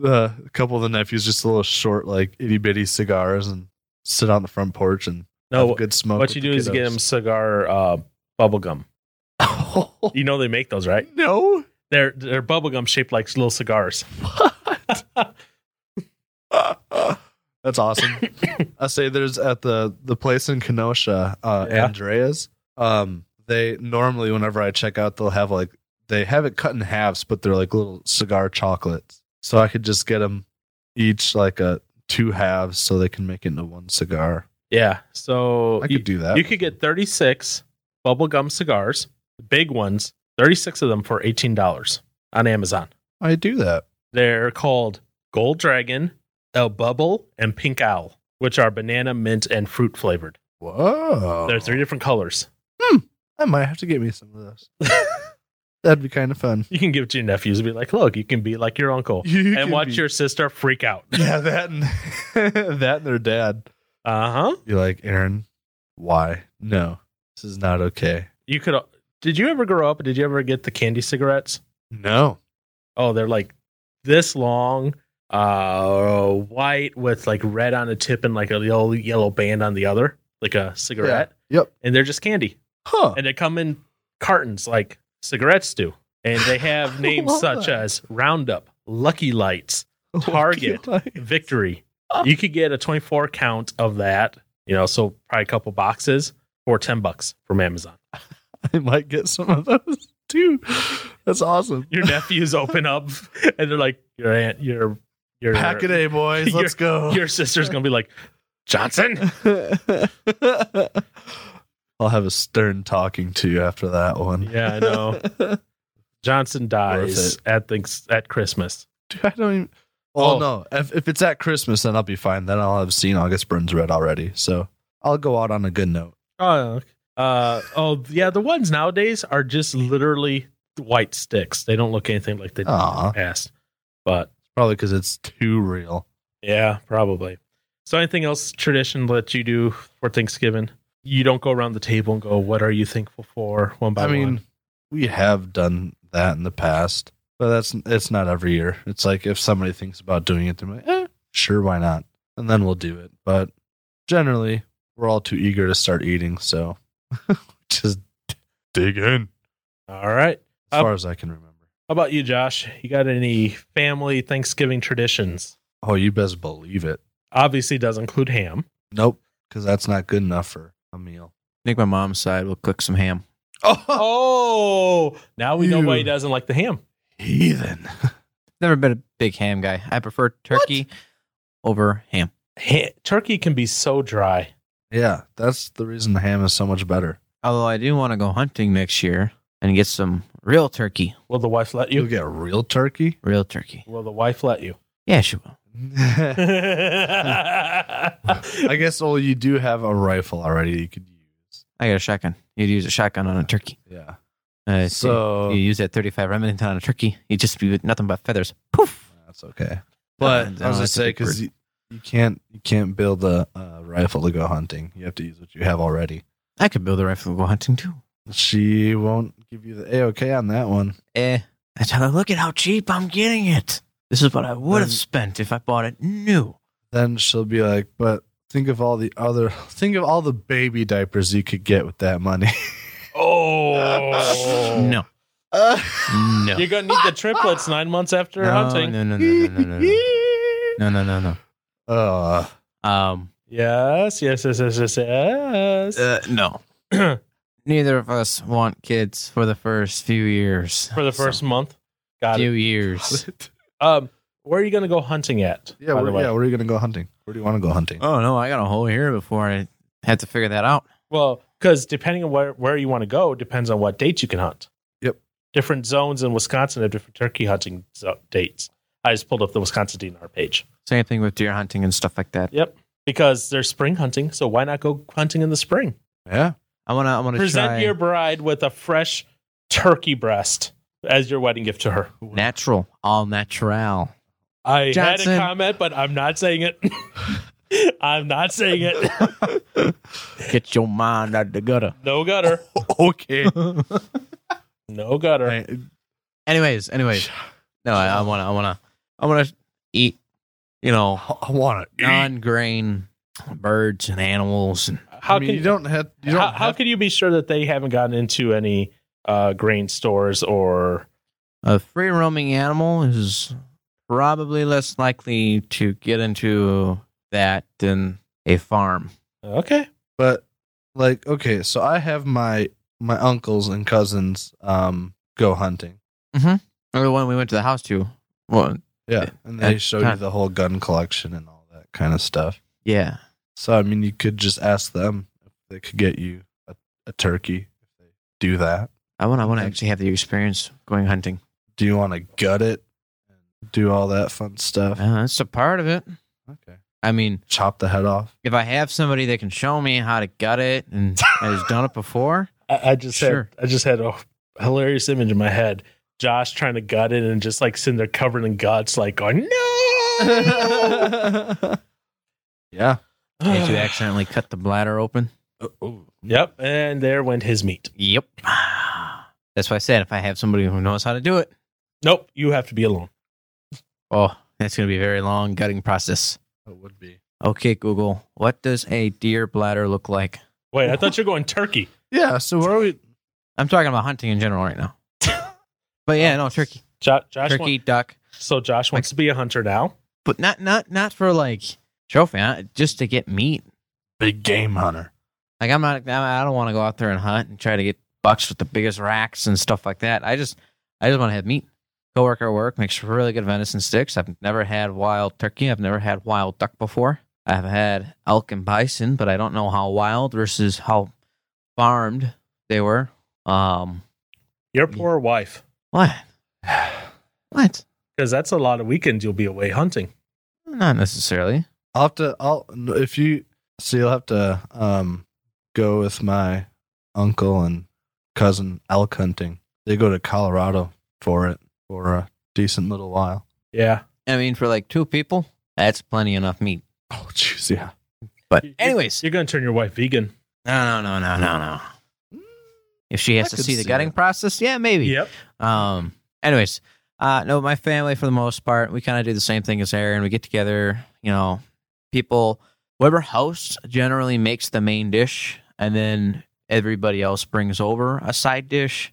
S3: uh, a couple of the nephews just a little short like itty bitty cigars and sit on the front porch and have
S4: no,
S3: a good smoke.
S4: what
S3: with
S4: you
S3: the
S4: do is you get
S3: kiddos.
S4: them cigar uh, bubble gum.
S3: Oh,
S4: You know they make those, right?
S3: no.
S4: They're they're bubble gum shaped like little cigars.
S3: That's awesome. I say there's at the the place in Kenosha, uh,
S4: Yeah.
S3: Andrea's. Um, they normally whenever I check out, they'll have like they have it cut in halves, but they're like little cigar chocolates. So I could just get them each like a two halves, so they can make it into one cigar.
S4: Yeah. So
S3: I
S4: you-
S3: could do that.
S4: You could get 36 bubblegum cigars, the big ones, 36 of them for $18 on Amazon.
S3: I do that.
S4: They're called Gold Dragon, El Bubble, and Pink Owl, which are banana, mint, and fruit flavored.
S3: Whoa! Oh.
S4: They're three different colors.
S3: I might have to get me some of those. That'd be kind of fun.
S4: You can give it to your nephews and be like, look, you can be like your uncle
S3: You
S4: and
S3: could
S4: watch
S3: be-
S4: your sister freak out.
S3: yeah that and that and their dad.
S4: Uh huh.
S3: Be like Aaron, why? No, this is not okay.
S4: You could. Did you ever grow up? Did you ever get the candy cigarettes?
S3: No,
S4: Oh, they're like this long, uh, white with like red on the tip and like a yellow, yellow band on the other, like a cigarette.
S3: Yep.
S4: And they're just candy.
S3: huh?
S4: And they come in cartons like cigarettes do. And they have names
S3: love
S4: such
S3: that.
S4: as Roundup, Lucky Lights, Target.
S3: Like-
S4: Victory. You could get a 24 count of that, you know, so probably a couple boxes for 10 bucks from Amazon.
S3: I might get some of those too. That's awesome.
S4: Your nephews open up and they're like, your aunt, your, your,
S3: Pack it A, boys. Let's go.
S4: your sister's going to be like, Johnson?
S3: I'll have a stern talking to you after that one.
S4: Yeah, I know. Johnson dies
S3: it.
S4: at thanks at Christmas.
S3: Dude, I don't even. Well,
S4: Oh.
S3: no. If, if it's at Christmas, then I'll be fine. Then I'll have seen August Burns Red already. So I'll go out on a good note.
S4: Oh, uh, oh yeah. The ones nowadays are just literally white sticks. They don't look anything like they did in
S3: Aw.
S4: the past. But
S3: Probably because it's too real.
S4: Yeah, probably. So, anything else tradition that you do for Thanksgiving? You don't go around the table and go, "What are you thankful for?" One by
S3: I mean,
S4: one.
S3: we have done that in the past, but that's it's not every year. It's like if somebody thinks about doing it, they're like, eh, sure, why not? And then we'll do it. But generally, we're all too eager to start eating, so just dig in
S4: All right.
S3: as
S4: Uh,
S3: far as I can remember.
S4: How about you, Josh? You got any family Thanksgiving traditions?
S3: Oh, you best believe it.
S4: Obviously, does include ham.
S3: Nope, because that's not good enough for a meal.
S5: I think my mom's side will cook some ham.
S3: Oh,
S4: Oh, now we know why he
S3: Ew.
S4: doesn't like the ham.
S3: heathen!
S5: Never been a big ham guy. I prefer turkey over ham.
S4: Ha- Turkey can be so dry.
S3: Yeah, that's the reason ham is so much better.
S5: Although I do want to go hunting next year and get some real turkey.
S4: Will the wife let
S3: You'll
S4: you?
S3: get real turkey.
S5: Real turkey.
S4: Will the wife let you?
S5: Yeah, she will.
S3: I
S4: I
S3: guess. Well, you do have a rifle already. You could use.
S5: I got a shotgun. You'd use a shotgun on a turkey.
S3: Yeah.
S5: Uh, so
S3: So
S5: you use that 35 Remington on a turkey. You'd just be with nothing but feathers. Poof.
S3: that's okay. But I
S5: Uh, no,
S3: was gonna
S5: that's a
S3: say
S5: big
S3: because
S5: bird.
S3: you, you can't you can't build a, a rifle to go hunting. You have to use what you have already.
S5: I could build a rifle and go hunting too.
S3: She won't give you the a okay on that one.
S5: Eh. I tell her, look at how cheap I'm getting it. This is what I would have
S3: Then-
S5: spent if I bought it new.
S3: Then she'll be like, "But think of all the other think of all the baby diapers you could get with that money."
S4: oh
S5: No.
S3: Uh,
S5: No.
S4: You're gonna need the triplets nine months after
S5: no,
S4: hunting.
S5: no, no, no, no, no, no, no. No, no, no, no.
S3: Uh,
S5: Um,
S4: Yes, yes, yes, yes, yes, yes.
S5: uh, no. Neither of us want kids for the first few years.
S4: For the first month. Got
S5: few
S4: it.
S5: years.
S4: Um, where are you gonna go hunting at?
S3: yeah,
S4: by the
S3: where,
S4: way?
S3: yeah. Where are you gonna go hunting? Where do you want to go hunting?
S5: Oh no, I got a whole year before I had to figure that out.
S4: Well, because depending on where, where you want to go, depends on what date you can hunt.
S3: Yep.
S4: Different zones in Wisconsin have different turkey hunting zo- dates. I just pulled up the Wisconsin DNR page.
S5: Same thing with deer hunting and stuff like that.
S4: Yep. Because there's spring hunting, so why not go hunting in the spring?
S3: Yeah,
S5: I wanna I wanna
S4: Present
S5: try
S4: your bride with a fresh turkey breast as your wedding gift to her.
S5: natural, all natural.
S4: I
S5: Johnson.
S4: had a comment, but I'm not saying it. I'm not saying it.
S5: Get your mind out the gutter.
S4: No gutter.
S3: okay.
S4: No gutter.
S5: Anyways, anyways, no, I, I wanna I wanna I wanna eat, you know,
S3: I want it.
S5: non grain birds and animals and
S4: How
S3: I mean,
S4: can
S3: you don't have you don't
S4: how, how
S3: have
S4: can you be sure that they haven't gotten into any uh, grain stores or
S5: a free roaming animal is probably less likely to get into that than a farm.
S4: okay?
S3: but like okay so i have my my uncles and cousins um go hunting
S5: Or the one we went to the house to. Well,
S3: yeah and they
S5: Uh,
S3: show
S5: huh.
S3: you the whole gun collection and all that kind of stuff
S5: yeah.
S3: so i mean you could just ask them if they could get you a, a turkey if they do that
S5: I want. I want to
S3: Okay.
S5: actually have the experience going hunting.
S3: do you want to gut it and do all that fun stuff
S5: Uh, that's a part of it.
S3: okay
S5: I mean,
S3: chop the head off
S5: if I have somebody that can show me how to gut it and has done it before,
S4: I, I just
S5: Sure.
S4: had I just had a hilarious image in my head. Josh trying to gut it and just like sitting there covered in guts, like going, no.
S3: Yeah.
S5: Did you accidentally cut the bladder open?
S3: Oh,
S4: Yep. And there went his meat.
S5: Yep. That's why I said if I have somebody who knows how to do it,
S4: Nope. You have to be alone.
S5: oh, that's going to be a very long gutting process.
S3: It would be.
S5: Okay, Google, what does a deer bladder look like?
S4: Wait, I thought you were going turkey.
S3: Yeah. So where are we?
S5: I'm talking about hunting in general right now. but yeah, no, turkey,
S4: Jo- Josh
S5: turkey,
S4: want-
S5: duck,
S4: so Josh wants to be a hunter now.
S5: but not not not for like trophy, not- just to get meat.
S3: Big game hunter.
S5: Like I'm not, I don't want to go out there and hunt and try to get bucks with the biggest racks and stuff like that. I just, I just want to have meat. Coworker at work makes really good venison sticks. I've never had wild turkey. I've never had wild duck before. I've had elk and bison, but I don't know how wild versus how farmed they were. Um,
S4: Your poor wife.
S5: what? What?
S4: Because that's a lot of weekends you'll be away hunting.
S5: Not necessarily.
S3: I'll have to. I'll if you. So you'll have to um go with my uncle and cousin elk hunting. They go to Colorado for it for a decent little while.
S4: Yeah.
S5: I mean, for like two people, that's plenty enough meat.
S3: Oh, jeez, yeah.
S5: But
S4: You- you-
S5: anyways,
S4: You're going to turn your wife vegan.
S5: no, no, no, no, no, no. If she has
S3: I
S5: to
S3: could
S5: see the
S3: see
S5: gutting
S3: it.
S5: process, yeah, maybe.
S4: Yep.
S5: Um. Anyways, uh, no, my family for the most part, we kind of do the same thing as Aaron. We get together, you know, people. Whoever hosts generally makes the main dish, and then everybody else brings over a side dish.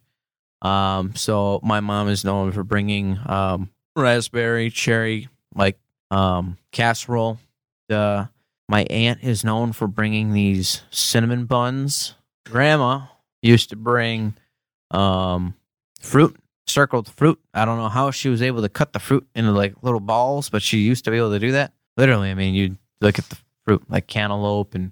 S5: Um. So my mom is known for bringing um raspberry cherry like um casserole. The my aunt is known for bringing these cinnamon buns. Grandma used to bring um fruit circled fruit i don't know how she was able to cut the fruit into like little balls but she used to be able to do that literally i mean you look at the fruit like cantaloupe and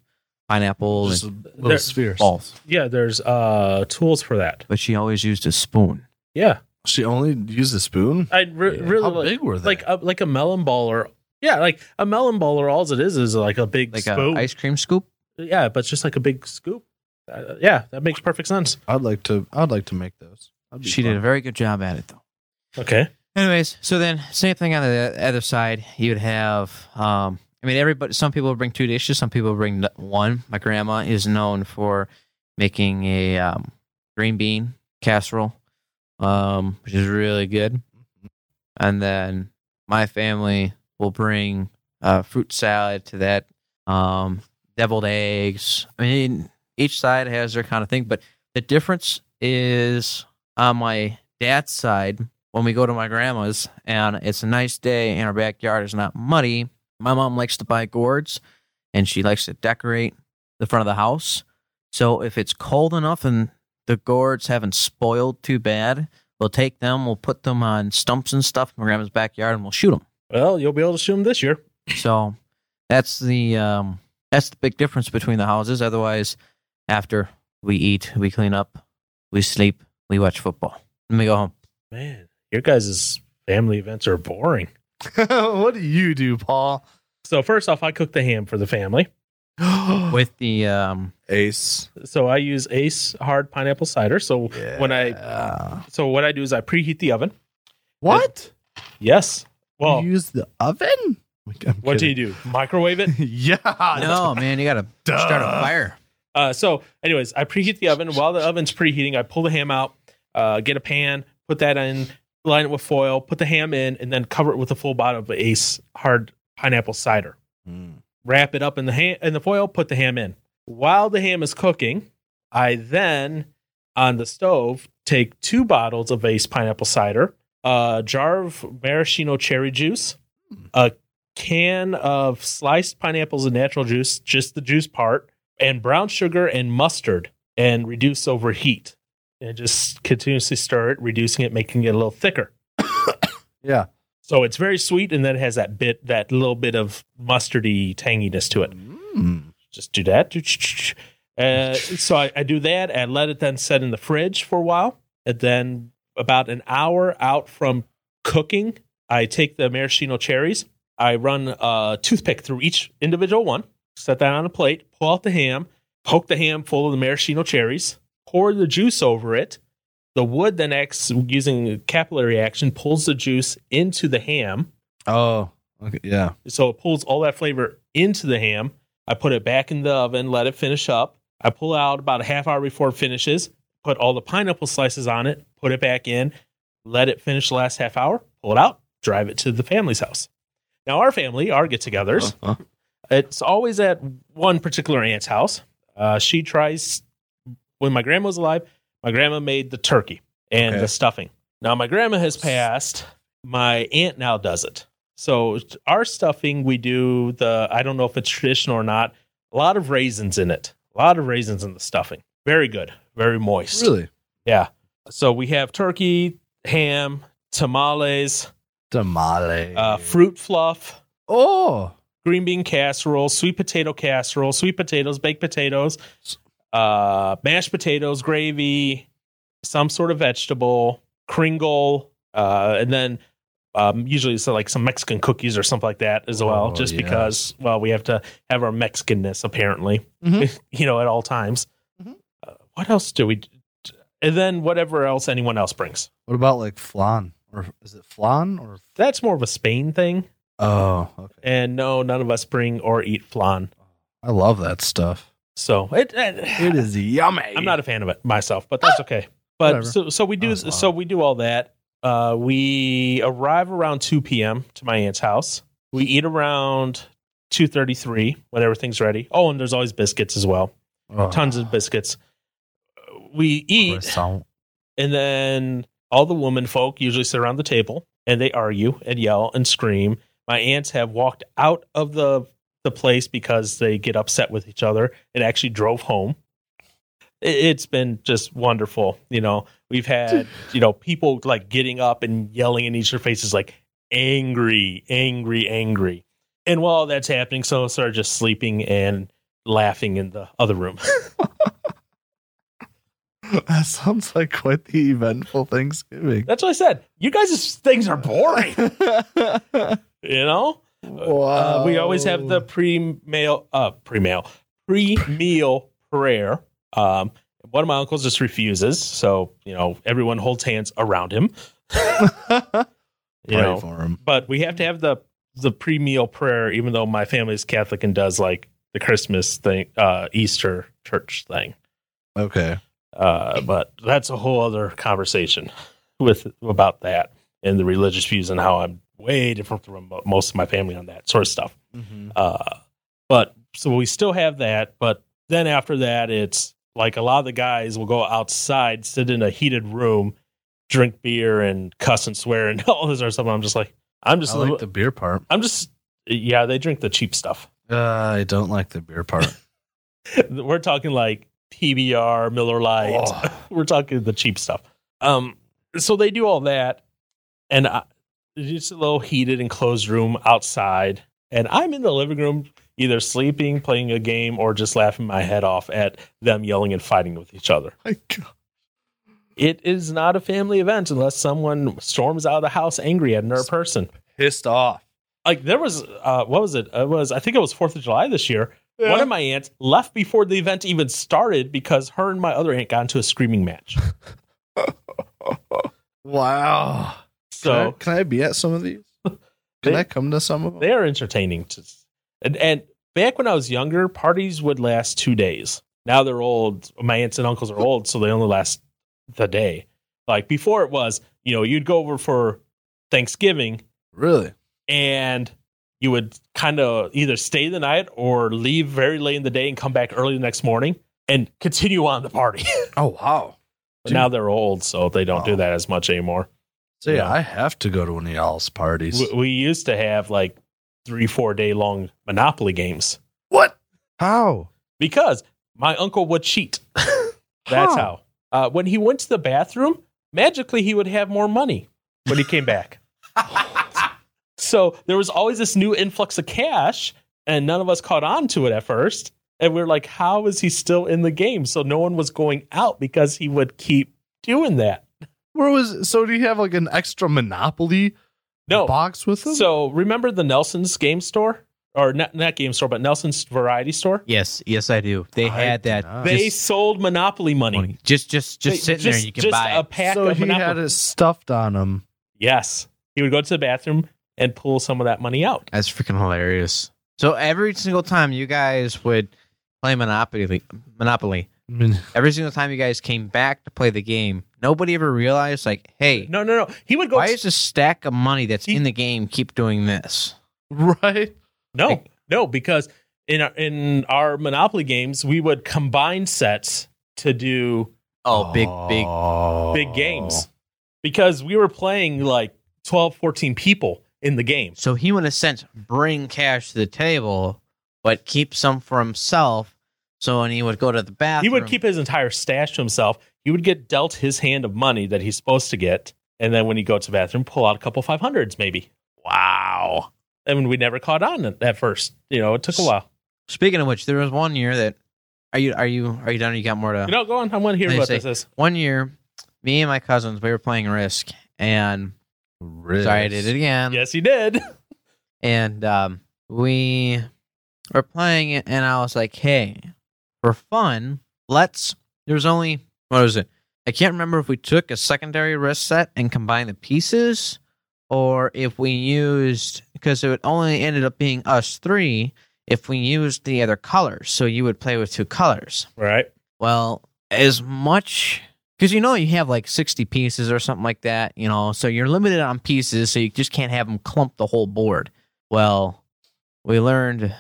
S5: pineapple
S3: Just
S5: and
S3: little
S4: There-
S3: spheres.
S5: balls
S4: Yeah. There's uh tools for that.
S5: but she always used a spoon
S4: Yeah.
S3: She only used a spoon.
S4: I re-
S5: Yeah.
S4: really
S3: How
S4: like,
S3: big were they?
S4: like a, like a melon ball or yeah, like a melon ball or all it is is like a big
S5: like a
S4: spoon.
S5: ice cream scoop
S4: yeah, but it's just like a big scoop. Uh, yeah, that makes perfect sense.
S3: I'd like to. I'd like to make those. That'd be
S5: she
S3: fun.
S5: did a very good job at it though
S4: Okay.
S5: Anyways, so then same thing on the other side. You'd have, um, I mean, everybody. Some people bring two dishes. Some people bring n- one. My grandma is known for making a um, green bean casserole, um, which is really good. And then my family will bring uh, fruit salad to that, um, deviled eggs. I mean, each side has their kind of thing, but the difference is on my dad's side when we go to my grandma's and it's a nice day and our backyard is not muddy, my mom likes to buy gourds and she likes to decorate the front of the house. So if it's cold enough and the gourds haven't spoiled too bad, we'll take them, we'll put them on stumps and stuff in my grandma's backyard and we'll shoot them.
S4: Well, you'll be able to shoot them this year.
S5: So that's the um, that's the big difference between the houses. Otherwise, after we eat, we clean up, we sleep, we watch football, and we go home.
S4: Man, your guys' family events are boring.
S3: what do you do, Paul?
S4: So first off, I cook the ham for the family.
S5: With the um,
S3: Ace.
S4: So I use Ace hard pineapple cider. So when I
S3: I
S4: so what I do is I preheat the oven.
S3: what
S4: Yes. Well,
S3: you use the oven?
S4: what do you do? Microwave it?
S3: do? yeah.
S5: no man, you gotta
S3: Duh.
S5: start a fire.
S4: Uh, so, anyways, I preheat the oven. While the oven's preheating, I pull the ham out, uh, get a pan, put that in, line it with foil, put the ham in, and then cover it with a full bottle of Ace hard pineapple cider.
S3: Mm.
S4: Wrap it up in the ham in the foil, put the ham in. While the ham is cooking, I then on the stove take two bottles of Ace pineapple cider, a jar of maraschino cherry juice, a can of sliced pineapples and natural juice, just the juice part, and brown sugar and mustard and reduce over heat. And just continuously stir it, reducing it, making it a little thicker.
S3: Yeah.
S4: So it's very sweet and then it has that bit that little bit of mustardy tanginess to it
S3: Mm.
S4: just do that. Uh, so I, I do that. I let it then set in the fridge for a while. And then about an hour out from cooking, I take the maraschino cherries. I run a toothpick through each individual one, set that on a plate, pull out the ham, poke the ham full of the maraschino cherries, pour the juice over it, The wood then acts using capillary action, pulls the juice into the ham.
S3: Oh, okay, yeah.
S4: So it pulls all that flavor into the ham. I put it back in the oven, let it finish up. I pull out about a half hour before it finishes, put all the pineapple slices on it, put it back in, let it finish the last half hour, pull it out, drive it to the family's house. Now, our family, our get togethers,
S3: Uh-huh.
S4: it's always at one particular aunt's house. Uh, she tries, when my grandma was alive, my grandma made the turkey and
S3: Okay.
S4: the stuffing. Now, my grandma has passed. My aunt now does it. So, our stuffing, we do the, I don't know if it's traditional or not, a lot of raisins in it, a lot of raisins in the stuffing. Very good, very moist.
S3: Really?
S4: Yeah. So, we have turkey, ham, tamales,
S3: Tamale.
S4: uh, fruit fluff,
S3: oh,
S4: green bean casserole, sweet potato casserole, sweet potatoes, baked potatoes, uh, mashed potatoes, gravy, some sort of vegetable, kringle, uh, and then um, usually so like some Mexican cookies or something like that as well,
S3: Oh,
S4: just
S3: yes.
S4: because, well, we have to have our Mexicanness apparently,
S3: Mhm.
S4: you know, at all times.
S3: Mhm.
S4: Uh, what else do we? d- And then whatever else anyone else brings.
S3: what about like flan? Or is it flan or?
S4: That's more of a Spain thing.
S3: Oh, okay.
S4: And no, none of us bring or eat flan.
S3: I love that stuff.
S4: So it,
S3: It is yummy.
S4: I'm not a fan of it myself, but that's okay. But
S3: Whatever.
S4: so, so we do
S3: That was
S4: so
S3: loud.
S4: we do all that. Uh, we arrive around 2 p.m. to my aunt's house. We eat around 2:33 when everything's ready. Oh, and there's always biscuits as well.
S3: Oh,
S4: Tons of biscuits. Uh, We eat
S3: croissant.
S4: and then all the women folk usually sit around the table and they argue and yell and scream. My aunts have walked out of the the place because they get upset with each other and actually drove home. I- It's been just wonderful. You know, we've had, you know, people like getting up and yelling in each of their faces like angry, angry, angry. And while that's happening, some of us are just sleeping and laughing in the other room.
S3: That sounds like quite the eventful Thanksgiving.
S4: that's what I said. You guys' things are boring.
S3: wow.
S4: You know? Uh, we always have the pre-meal, uh, pre-meal, pre-meal prayer. Um, one of my uncles just refuses, so you know everyone holds hands around him. You
S3: Pray
S4: know,
S3: for him.
S4: but we have to have the the pre-meal prayer, even though my family is Catholic and does like the Christmas thing, uh, Easter church thing.
S3: Okay.
S4: Uh, but that's a whole other conversation with about that and the religious views and how I'm way different from most of my family on that sort of stuff. Uh, but so we still have that. But then after that, it's like a lot of the guys will go outside, sit in a heated room, drink beer, and cuss and swear and all this or something. I'm just like, I'm just,
S3: I like the beer part.
S4: I'm just, yeah, they drink the cheap stuff.
S3: Uh, I don't like the beer part.
S4: We're talking like PBR, Miller Lite.
S3: Oh,
S4: We're talking the cheap stuff. Um, so they do all that, and I, it's just a little heated and closed room outside, and I'm in the living room either sleeping, playing a game, or just laughing my head off at them yelling and fighting with each other.
S3: my God.
S4: It is not a family event unless someone storms out of the house angry at another person.
S3: Pissed off.
S4: Like there was, uh, what was it? It was I think it was Fourth of July this year. One of my aunts left before the event even started because her and my other aunt got into a screaming match.
S3: Wow.
S4: So.
S3: can I, can I be at some of these? Can
S4: They-
S3: I come to some of them?
S4: they are entertaining to and, and back when i was younger parties would last two days now they're old my aunts and uncles are old so they only last the day like before it was you know you'd go over for thanksgiving
S3: really?
S4: and you would kind of either stay the night or leave very late in the day and come back early the next morning and continue on the party
S3: Oh wow.
S4: but now they're old so they don't do
S3: Wow.
S4: that as much anymore
S3: So yeah,
S4: Yeah.
S3: I have to go to one of y'all's parties.
S4: we, we used to have like three four day long monopoly games
S3: what? How?
S4: because my uncle would cheat. That's
S3: Huh.
S4: how. Uh, when he went to the bathroom, magically he would have more money when he came back. so there was always this new influx of cash, and none of us caught on to it at first. And we are like, how is he still in the game? So no one was going out because he would keep doing that.
S3: Where was? So do you have like an extra Monopoly
S4: No.
S3: box with them?
S5: Hmm.
S4: So remember the Nelson's game store or not, not Game Store, but Nelson's Variety Store.
S5: Yes, yes, I do. They
S3: I
S5: had
S3: do
S5: that.
S3: not.
S4: They
S5: just-
S4: sold Monopoly money.
S5: just just just
S4: They-
S5: sitting there, and you can
S4: just
S5: buy
S4: a
S5: it.
S4: pack
S3: so
S4: of
S3: he
S4: Monopoly.
S3: had it stuffed on him.
S4: yes, he would go to the bathroom and pull some of that money out.
S5: That's freaking hilarious. So every single time you guys would play Monopoly, Monopoly.
S3: I mean,
S5: Every single time you guys came back to play the game, nobody ever realized like, hey,
S4: No, no, no. He would go.
S5: why is this stack of money that's
S4: He-
S5: in the game keep doing this?
S3: right?
S4: No, no, because in our, in our Monopoly games, we would combine sets to do
S5: Oh, big big.
S3: Oh,
S5: Oh.
S4: big games because we were playing like 12, 14 people in the game.
S5: So he would in a sense bring cash to the table, but keep some for himself. So when he would go to the bathroom,
S4: He would keep his entire stash to himself. He would get dealt his hand of money that he's supposed to get. And then when he go to the bathroom, pull out a couple 500s maybe. Wow. And we never caught on at- at first. You know, it took a while.
S5: Speaking of which, there was one year that are you are you are you done? Or you got more to
S4: You know, go on. I want to hear
S5: They
S4: what
S5: say-
S4: this is.
S5: one year, me and my cousins, we were playing Risk, and sorry, I did it again.
S4: Yes, he did.
S5: And um, we were playing it, and I was like, hey, for fun, let's. There was only, what was it? I can't remember if we took a secondary risk set and combined the pieces, or if we used, because it would only ended up being us three if we used the other colors. So you would play with two colors.
S4: All right.
S5: Well, as much because you know you have like 60 pieces or something like that, you know, so you're limited on pieces, so you just can't have them clump the whole board. Well, we learned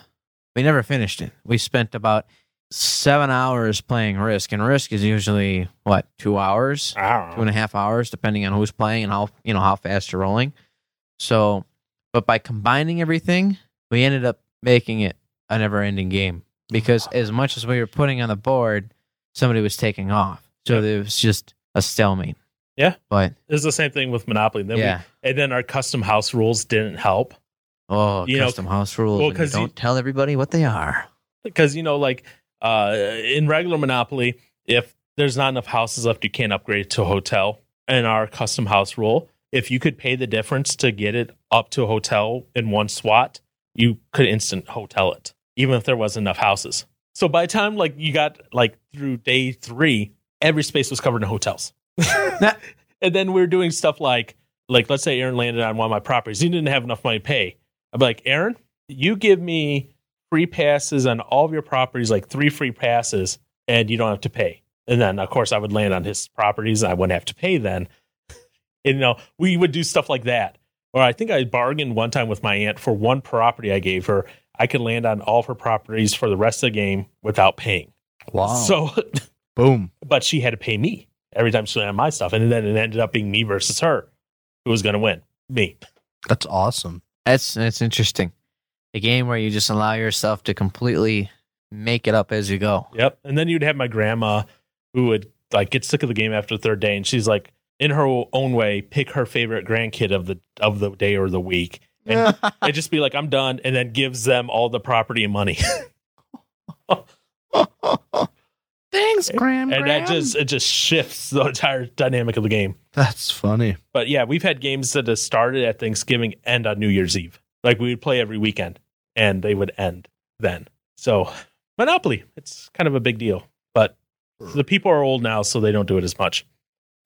S5: we never finished it. We spent about seven hours playing Risk, and Risk is usually what two hours,
S4: I
S5: two and a half hours, depending on who's playing and how you know how fast you're rolling. So, but by combining everything, we ended up making it a never-ending game because as much as we were putting on the board, somebody was taking off, so
S4: Yep.
S5: there was just a stalemate.
S4: Yeah.
S5: but
S4: It's the same thing with Monopoly. Then
S5: yeah,
S4: we, and then our custom house rules didn't help.
S5: oh,
S4: you know,
S5: custom house rules.
S4: well,
S5: and you
S4: 'cause you-
S5: don't tell everybody what they are.
S4: because you know like uh in regular monopoly if there's not enough houses left you can't upgrade to a hotel and our custom house rule if you could pay the difference to get it up to a hotel in one swat you could instant hotel it even if there was enough houses so by the time like you got like through day three every space was covered in hotels and then we were doing stuff like like let's say aaron landed on one of my properties he didn't have enough money to pay i'd be like aaron you give me free passes on all of your properties, like three free passes, and you don't have to pay. And then, of course, I would land on his properties and I wouldn't have to pay then. And, you know, we would do stuff like that. Or I think I bargained one time with my aunt for one property I gave her. I could land on all of her properties for the rest of the game without paying.
S3: Wow.
S4: So,
S3: boom.
S4: but she had to pay me every time she landed on my stuff. And then it ended up being me versus her. Who was going to win? Me.
S3: That's awesome.
S5: That's that's interesting. A game where you just allow yourself to completely make it up as you go.
S4: Yep. And then you'd have my grandma who would like get sick of the game after the third day and she's like in her own way pick her favorite grandkid of the of the day or the week and, and just be like I'm done and then gives them all the property and money.
S3: Thanks, Graham.
S4: and that just it just shifts the entire dynamic of the game.
S3: that's funny.
S4: But yeah, we've had games that have started at Thanksgiving and on New Year's Eve. Like we would play every weekend and they would end then. So Monopoly, it's kind of a big deal. But the people are old now, so they don't do it as much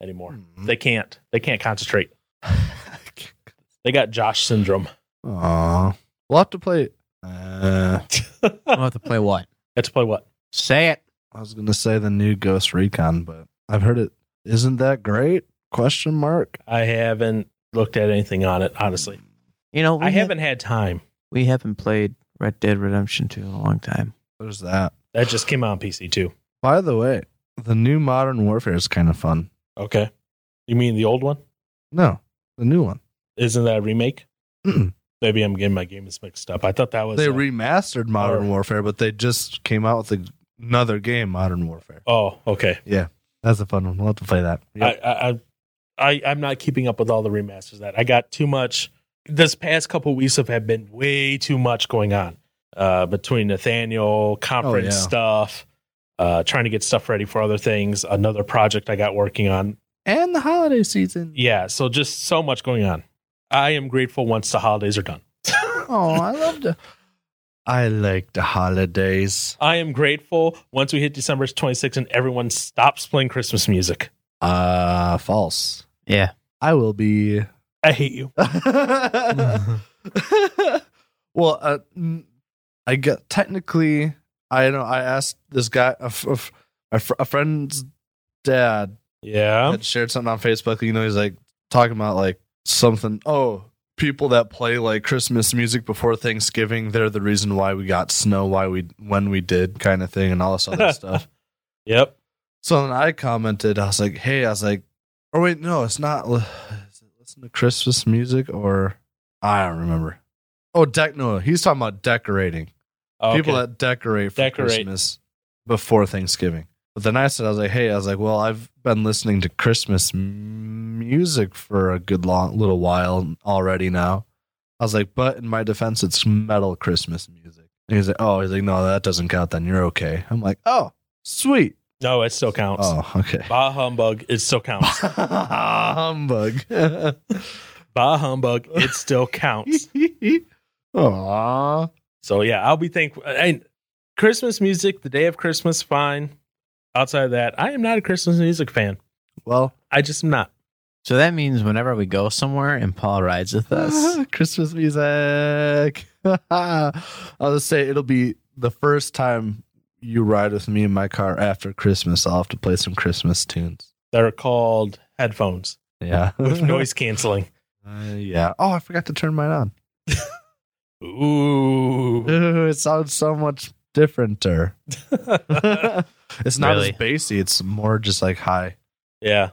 S4: anymore.
S3: Hmm.
S4: They can't. They can't concentrate. They got Josh syndrome.
S3: Aw. We'll have to play. Uh,
S5: We'll have to play what?
S4: That's play what?
S5: Say it.
S3: I was gonna say the new Ghost Recon, but I've heard it isn't that great? Question mark.
S4: I haven't looked at anything on it, honestly.
S5: You know, we
S4: I
S5: had-
S4: haven't had time.
S5: We haven't played Red Dead Redemption 2 in a long time.
S3: There's that.
S4: That just came out on PC too.
S3: By the way, the new Modern Warfare is kind of fun.
S4: Okay. You mean the old one?
S3: No, the new one.
S4: Isn't that a remake?
S3: Mm-mm.
S4: Maybe I'm getting my games mixed up. I thought that was
S3: They
S4: uh,
S3: remastered Modern
S4: Or-
S3: Warfare, but they just came out with another game, Modern Warfare.
S4: Oh, okay.
S3: That's a fun one. We'll have to play that. Yep.
S4: I, I, I, I, I'm not keeping up with all the remasters. That I got too much. This past couple weeks have have been way too much going on uh, between Nathaniel conference
S3: Oh, yeah.
S4: stuff, uh, trying to get stuff ready for other things. Another project I got working on.
S3: and the holiday season.
S4: Yeah, so just so much going on. I am grateful once the holidays are done.
S3: Oh, I love to. I like the holidays.
S4: I am grateful once we hit December 26th and everyone stops playing Christmas music.
S3: Uh, false.
S5: Yeah.
S3: I will be.
S4: I hate you.
S3: well, uh, mm, I get technically. I know. I asked this guy, a, f- a f- a fr- a friend's dad,
S4: Yeah.
S3: had shared something on Facebook. You know, he's like talking about like something. Oh, people that play like Christmas music before Thanksgiving, they're the reason why we got snow, why we when we did kind of thing, and all this other stuff.
S4: Yep.
S3: So then I commented, I was like, hey, I was like, or wait, no, it's not. Is it listen to Christmas music or I don't remember. Oh, dec no, he's talking about decorating.
S4: Okay.
S3: People that decorate for
S4: Decorate.
S3: Christmas before Thanksgiving. But then I said, I was like, hey, I was like, well, I've been listening to Christmas m- music for a good long little while already now. I was like, but in my defense, it's metal Christmas music. And he's like, oh, he's like, no, that doesn't count. Then you're okay. I'm like, oh, sweet.
S4: no, it still counts.
S3: Oh, okay.
S4: Bah humbug, it still counts.
S3: Humbug.
S4: bah humbug, it still counts.
S3: Aww.
S4: So yeah, I'll be thankful. And Christmas music, the day of Christmas, fine. Outside of that, I am not a Christmas music fan.
S3: Well,
S4: I just am not.
S5: So that means whenever we go somewhere and Paul rides with us,
S3: Christmas music. I'll just say it'll be the first time you ride with me in my car after Christmas. I'll have to play some Christmas tunes.
S4: They're called headphones
S3: Yeah.
S4: with noise canceling.
S3: Uh, yeah. Oh, I forgot to turn mine on.
S4: Ooh.
S3: Ooh, it sounds so much differenter. it's not
S5: Really?
S3: as bassy. It's more just like high,
S4: yeah.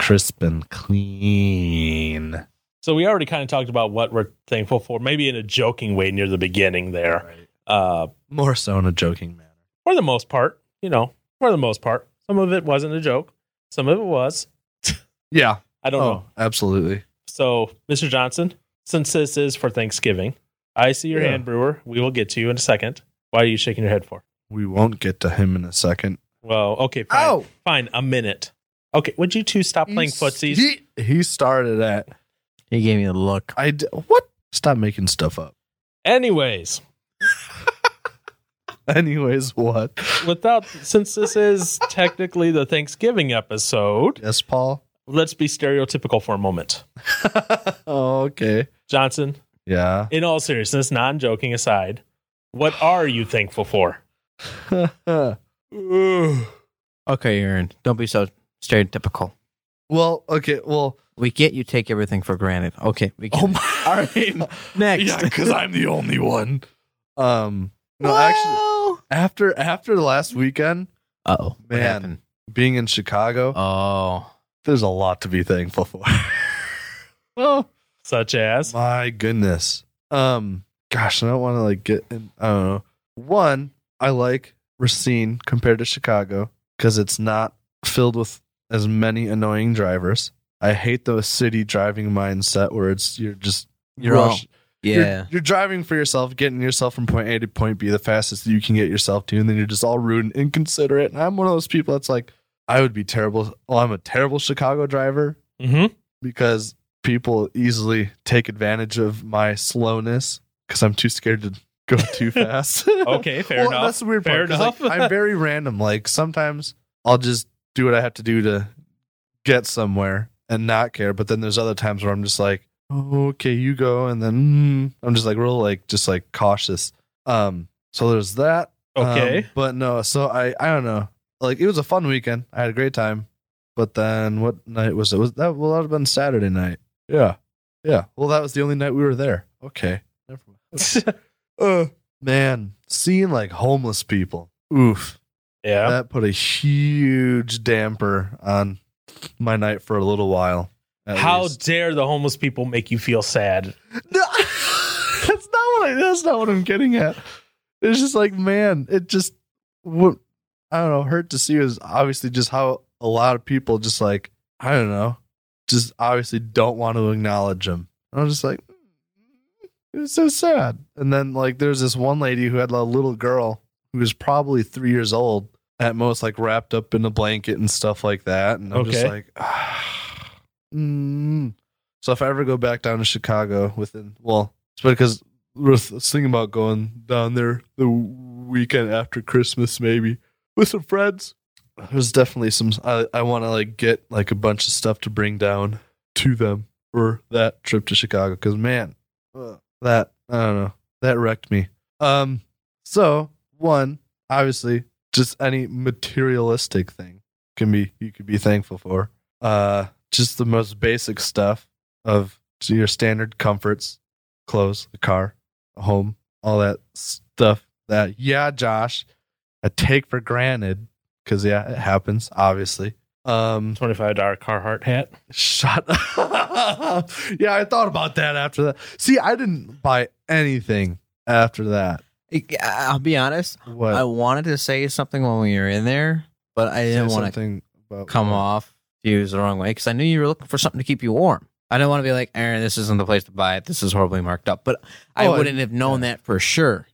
S3: crisp and clean.
S4: So we already kind of talked about what we're thankful for, maybe in a joking way near the beginning there. Uh,
S3: More so in a joking manner.
S4: for the most part, you know, for the most part, some of it wasn't a joke, some of it was.
S3: Yeah.
S4: I don't know.
S3: Oh, absolutely.
S4: So, Mr. Johnson, since this is for Thanksgiving, I see your
S3: Yeah.
S4: hand, Brewer. We will get to you in a second. Why are you shaking your head for?
S3: We won't get to him in a second.
S4: Well, okay, fine.
S3: Oh.
S4: Fine, a minute. Okay, would you two stop playing footsies?
S3: He, he started at
S5: he gave me a look.
S3: I d- what? Stop making stuff up.
S4: Anyways,
S3: Anyways, what?
S4: without since this is technically the Thanksgiving episode,
S3: Yes, Paul.
S4: let's be stereotypical for a moment.
S3: oh, okay.
S4: Johnson,
S3: Yeah.
S4: in all seriousness, non joking aside, what are you thankful for?
S3: well,
S5: Okay, Aaron, don't be so stereotypical.
S3: okay. Well,
S5: We get you take everything for granted. Okay, we get
S3: oh
S5: it.
S3: my. All right.
S5: next.
S3: yeah, because I'm the only one. Um. No, actually, after after last weekend,
S5: uh oh,
S3: Man. being in Chicago,
S5: Oh,
S3: there's a lot to be thankful for. well,
S4: Such as
S3: My goodness. Um, gosh, I don't want to like get in. I don't know. One, I like Racine compared to Chicago because it's not filled with as many annoying drivers. I hate the city driving mindset where it's you're just you're
S5: Well,
S3: rush- you're-
S5: yeah.
S3: you're, driving for yourself, getting yourself from point A to point B the fastest that you can get yourself to, and then you're just all rude and inconsiderate. And I'm one of those people that's like, I would be terrible. Well, I'm a terrible Chicago driver
S4: Mhm.
S3: because people easily take advantage of my slowness because I'm too scared to go too fast.
S4: okay, fair
S3: Well,
S4: enough.
S3: That's the weird
S4: Fair
S3: part. 'cause, like,
S4: enough.
S3: I'm very random. Like sometimes I'll just do what I have to do to get somewhere and not care. But then there's other times where I'm just like, oh, okay, you go, and then mm, I'm just like real like just like cautious. Um, so there's that.
S4: Okay,
S3: Um, but no, so I I don't know. Like it was a fun weekend. I had a great time. But then what night was it? Was that well that would have been Saturday night. Yeah. Yeah. Well that was the only night we were there. Okay. Never mind. uh man, seeing like homeless people. Oof.
S4: yeah.
S3: That put a huge damper on my night for a little while. at
S4: How
S3: least.
S4: dare the homeless people make you feel sad?
S3: No, that's not what I, that's not what I'm getting at. It's just like, man, it just what I don't know. Hurt to see is obviously just how a lot of people just like I don't know, just obviously don't want to acknowledge him. And I'm just like, it was so sad. And then like there's this one lady who had a little girl who was probably three years old at most, like wrapped up in a blanket and stuff like that. And I'm just
S4: Okay.
S3: like, "Ah, mm. so if I ever go back down to Chicago within, well, it's because was thinking about going down there the weekend after Christmas, maybe with some friends. There's definitely some. I I want to like get like a bunch of stuff to bring down to them for that trip to Chicago because man, ugh, that I don't know that wrecked me. Um, so one obviously just any materialistic thing can be you could be thankful for. Uh, just the most basic stuff of your standard comforts, clothes, a car, a home, all that stuff. That yeah, Josh, I take for granted because yeah, it happens obviously. Um,
S4: Twenty-five dollar Carhartt hat.
S3: Shut up. yeah, I thought about that after that. See, I didn't buy anything after that.
S5: I'll be honest.
S3: What?
S5: I wanted to say something when we were in there, but I didn't want to
S3: something about
S5: come off views the wrong way because I knew you were looking for something to keep you warm. I didn't want to be like, Aaron, this isn't the place to buy it. This is horribly marked up. But I
S3: Oh, I-
S5: wouldn't have known that for sure.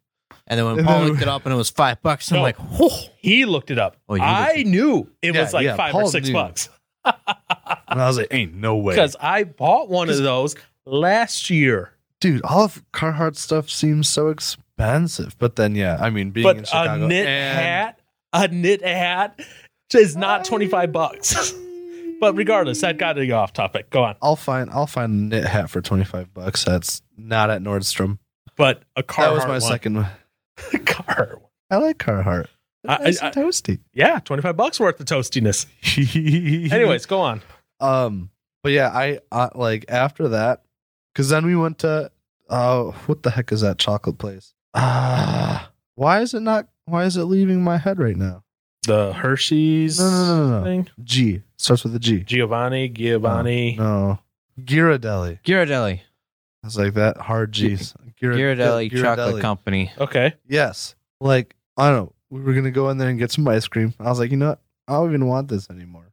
S5: And then when
S3: And
S5: Paul
S3: then-
S5: looked it up and it was five bucks, I'm
S4: No.
S5: like, whoa.
S4: He looked it up.
S5: Oh, you
S4: I
S5: looked
S4: knew it
S3: Yeah,
S4: was like
S3: yeah,
S4: five
S3: Paul
S4: or six
S3: knew.
S4: bucks
S3: And I was like, ain't no way.
S4: because I bought one of those last year.
S3: Dude, all of Carhartt stuff seems so expensive. But then, yeah, I mean, being in
S4: But a
S3: Chicago.
S4: knit
S3: and-
S4: hat, a knit hat is not twenty-five bucks. but regardless, that got to go off topic. Go on.
S3: I'll find I'll find a knit hat for twenty five bucks. That's not at Nordstrom.
S4: But a car.
S3: that was my second one.
S4: car.
S3: I like Carhartt.
S4: I-
S3: Nice
S4: I-
S3: and toasty.
S4: Yeah, twenty-five bucks worth of toastiness. Anyways, go on.
S3: Um, but yeah, I, I like after that because then we went to oh, what the heck is that chocolate place? Ah, why is it not? Why is it leaving my head right now?
S4: The Hershey's
S3: No, no, no, no, no.
S4: thing.
S3: G starts with a G.
S4: Giovanni, Giovanni.
S3: No, Ghirardelli.
S5: Ghirardelli.
S3: I was like that hard G's. Ghira-
S5: Ghirardelli Chocolate
S3: Ghirardelli.
S5: Company.
S4: Okay.
S3: Yes, like I don't know. We were gonna go in there and get some ice cream. I was like, you know what? I don't even want this anymore.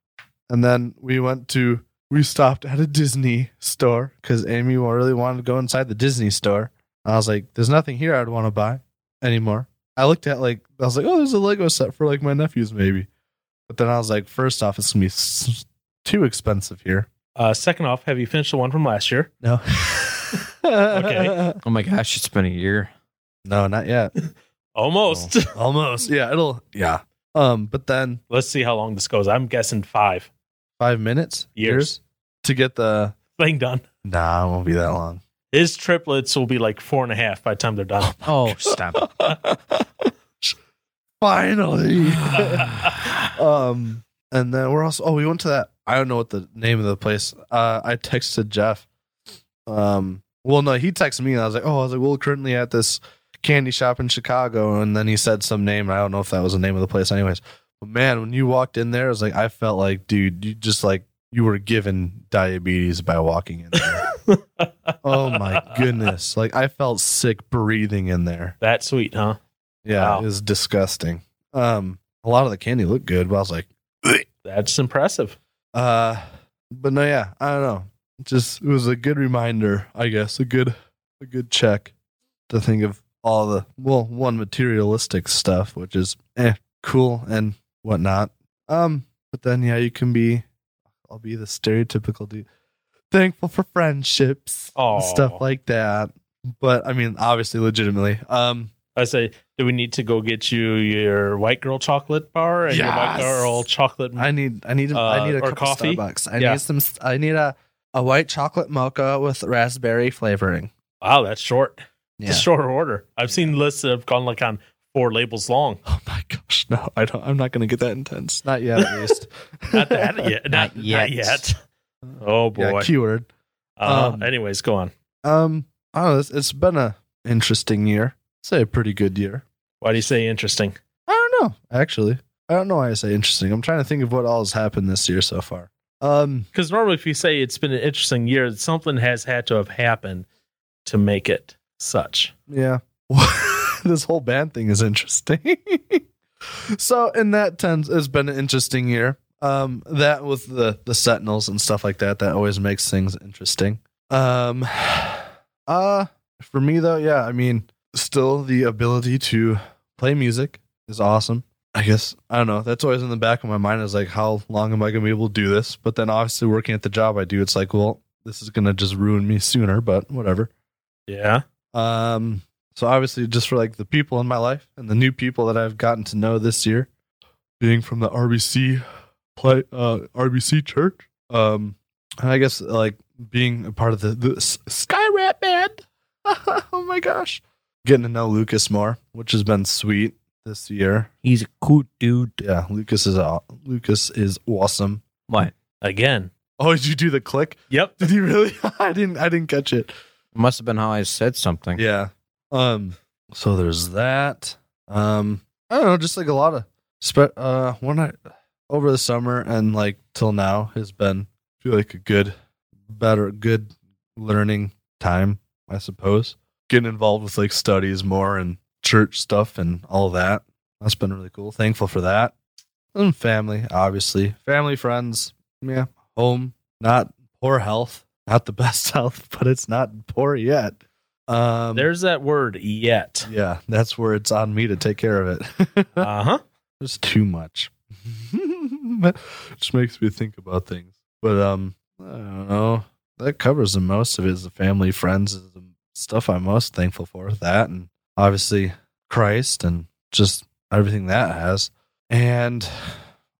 S3: And then we went to. We stopped at a Disney store because Amy really wanted to go inside the Disney store. I was like, there's nothing here I'd want to buy anymore. I looked at like I was like, oh, there's a Lego set for like my nephews maybe, but then I was like, first off, it's gonna be s- too expensive here.
S4: Uh, second off, have you finished the one from last year?
S3: No.
S4: Okay.
S5: Oh my gosh, it's been a year.
S3: No, not yet.
S4: Almost.
S3: Almost. Yeah, it'll. Yeah. Um, but then
S4: Oh. Let's see how long this goes. I'm guessing five.
S3: five minutes,
S4: Years.
S3: to get the.
S4: Thing done.
S3: Nah, it won't be that long.
S4: His triplets will be like four and a half by the time they're done.
S5: Oh, stop. it.
S3: Finally. um, and then we're also. Oh, we went to that. I don't know what the name of the place. Uh, I texted Jeff. Um, well, no, he texted me, and I was like, oh, I was like, well, currently at this candy shop in Chicago, and then he said some name. and I don't know if that was the name of the place, anyways. But man, when you walked in there, I was like, I felt like, dude, you just like you were given diabetes by walking in there. oh my goodness, like I felt sick breathing in there.
S4: That sweet, huh?
S3: Yeah,
S4: Wow.
S3: it was disgusting. Um, a lot of the candy looked good, but I was like,
S4: That's impressive.
S3: uh, but no, yeah, I don't know. Just it was a good reminder, I guess, a good, a good check to think of all the well, one materialistic stuff, which is eh, cool and whatnot. Um, but then yeah, you can be, I'll be the stereotypical dude, thankful for friendships,
S4: Oh,
S3: and stuff like that. But I mean, obviously, legitimately, um,
S4: I say, do we need to go get you your white girl chocolate bar and your white
S3: Yes.
S4: girl chocolate?
S3: I need I need a I
S4: Mm. Uh,
S3: need a
S4: or
S3: cup
S4: coffee?
S3: of Starbucks. I
S4: Yeah.
S3: need some I need a a white chocolate mocha with raspberry flavoring.
S4: wow, that's short.
S3: Yeah.
S4: It's a short order. I've seen lists that have gone like on four labels long.
S3: Oh my gosh, no, I don't I'm not gonna get that intense. Not yet at least.
S4: Not that yet.
S5: Not
S4: Not, not
S5: yet.
S4: yet. Oh
S3: yeah,
S4: boy.
S3: keyword.
S4: Uh,
S3: Um,
S4: anyways, go on.
S3: Um I don't know, it's, it's been a interesting year. I'd say a pretty good year.
S4: Why do you say interesting?
S3: I don't know, actually. I don't know why I say interesting. I'm trying to think of what all has happened this year so far. Um
S4: Because normally, if you say it's been an interesting year, something has had to have happened to make it such.
S3: Yeah. this whole band thing is interesting. so in that sense, it's been an interesting year. Um, that with the the Sentinels and stuff like that, that always makes things interesting. Um, uh, for me though, yeah, I mean, still the ability to play music is awesome. I guess I don't know. That's always in the back of my mind is like, how long am I gonna be able to do this? But then obviously working at the job I do, it's like, well, this is gonna just ruin me sooner. But whatever.
S4: Yeah.
S3: Um, so obviously, just for like the people in my life and the new people that I've gotten to know this year, being from the RBC play uh, RBC Church. Um, and I guess like being a part of the, the S- Sky Rap Band. oh my gosh, getting to know Lucas more, which has been sweet this year.
S5: He's a cool dude.
S3: Yeah, Lucas is aw- Lucas is awesome.
S5: What?
S4: Again.
S3: Oh, did you do the click?
S4: Yep.
S3: Did you really? I didn't. I didn't catch it.
S5: Must have been how I said something.
S3: Yeah. Um. So there's that. Um. I don't know. Just like a lot of spe- uh one night over the summer and like till now has been I feel like a good, better, good learning time. I suppose getting involved with like studies more and church stuff and all that. That's been really cool. Thankful for that. And family, obviously, family, friends. Yeah, home. Not poor health. Not the best health, but it's not poor yet. Um,
S4: There's that word yet.
S3: yeah, that's where it's on me to take care of it.
S4: Uh huh.
S3: There's too much. Which makes me think about things. But um I don't know. That covers the most of it is the family, friends is the stuff I'm most thankful for. That and obviously Christ and just everything that has. And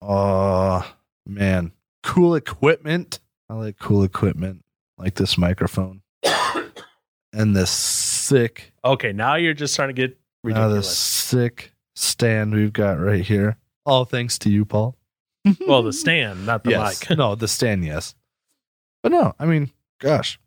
S3: oh man. Cool equipment. I like cool equipment. Like this microphone. and this sick
S4: Okay, now you're just trying to get
S3: now this
S4: ridiculous.
S3: sick stand we've got right here. All thanks to you, Paul.
S4: well, the stand, not the
S3: yes.
S4: mic.
S3: no, the stand, yes. But no, I mean, gosh,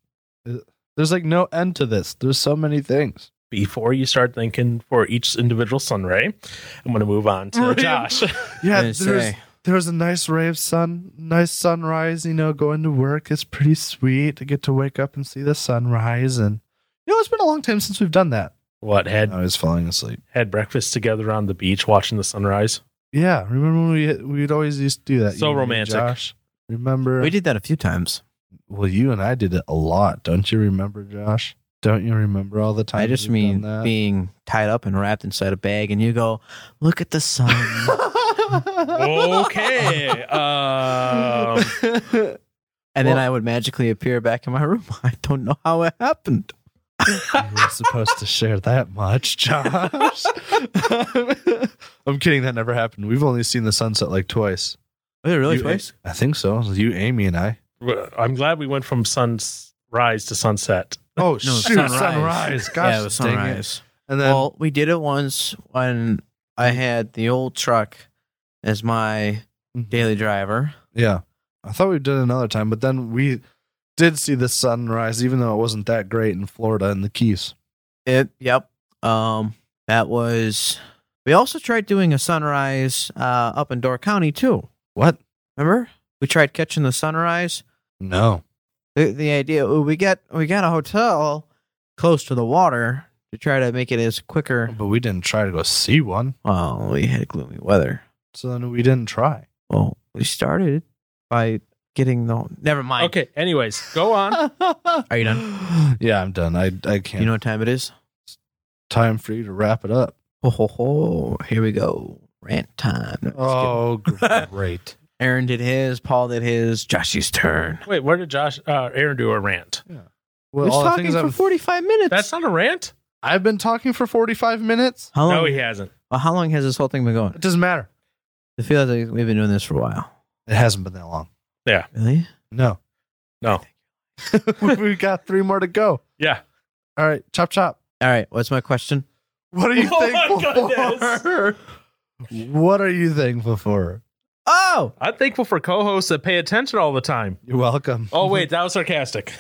S3: it- there's like no end to this. There's so many things.
S4: Before you start thinking for each individual sunray, I'm going to move on to
S3: Right.
S4: Josh.
S5: I
S3: Oh, Yeah,
S5: didn't
S3: there's
S5: say.
S3: there's a nice ray of sun, nice sunrise. You know, going to work is pretty sweet to get to wake up and see the sunrise. And you know, it's been a long time since we've done that.
S4: what had
S3: I was falling asleep.
S4: had breakfast together on the beach watching the sunrise?
S3: Yeah, remember when we we'd always used to do that?
S4: So
S3: you and me,
S4: romantic.
S3: Josh. Remember
S5: We did that a few times.
S3: Well, you and I did it a lot. Don't you remember, Josh? Don't you remember all the time?
S5: I just mean being tied up and wrapped inside a bag, and you go, look at the sun.
S4: Okay.
S5: Oh,
S4: um,
S5: and then
S3: Well-
S5: I would magically appear back in my room. I don't know how it happened.
S3: you were supposed to share that much, Josh. I'm kidding. That never happened. We've only seen the sunset like twice.
S5: Wait, really?
S3: You- I think so. It was You, Amy, and I.
S4: I'm glad we went from sunrise to sunset.
S3: Oh
S5: No,
S3: shoot! Sunrise.
S5: sunrise.
S3: Gosh,
S5: yeah, it was
S3: dang it.
S5: sunrise.
S3: And then
S5: well, we did it once when I had the old truck as my
S3: Mhm.
S5: daily driver.
S3: yeah, I thought we did it another time, but then we did see the sunrise, even though it wasn't that great in Florida in the Keys.
S5: It. Yep. Um. That was. We also tried doing a sunrise uh, up in Door County too.
S3: What?
S5: Remember? We tried catching the sunrise.
S3: No.
S5: The, the idea oh, we got we got a hotel close to the water to try to make it as quicker.
S3: But we didn't try to go see one,
S5: Well, we had gloomy weather.
S3: so then we didn't try.
S5: Well, we started by getting the. Never mind.
S4: Okay. Anyways, go on.
S5: Are you
S3: done? Yeah, I'm done. I I can't.
S5: You know what time it is?
S3: time for you to wrap it up.
S5: Ho ho ho! Here we go. Rant time. No, just kidding.
S3: Oh, great.
S5: Aaron did his. Paul did his. Josh's turn.
S4: Wait, where did Josh uh, Aaron do a rant?
S3: well, all
S5: We're
S3: the
S5: talking
S3: things
S5: for
S3: I've,
S5: forty-five minutes.
S4: That's not a rant.
S3: I've been talking for 45 minutes.
S5: how long.
S4: No, he hasn't.
S5: well, how long has this whole thing been going?
S3: It doesn't matter.
S5: It feels like we've been doing this for a while.
S3: It hasn't been that long.
S5: Really?
S3: No.
S4: No.
S3: We've got three more to go.
S4: Yeah.
S3: All right, chop chop.
S5: All right. What's my question?
S3: What are you
S4: Oh my
S3: thankful
S4: goodness.
S3: for? What are you thankful for?
S5: Oh,
S4: I'm thankful for co-hosts that pay attention all the time.
S3: You're welcome.
S4: Oh wait, that was sarcastic.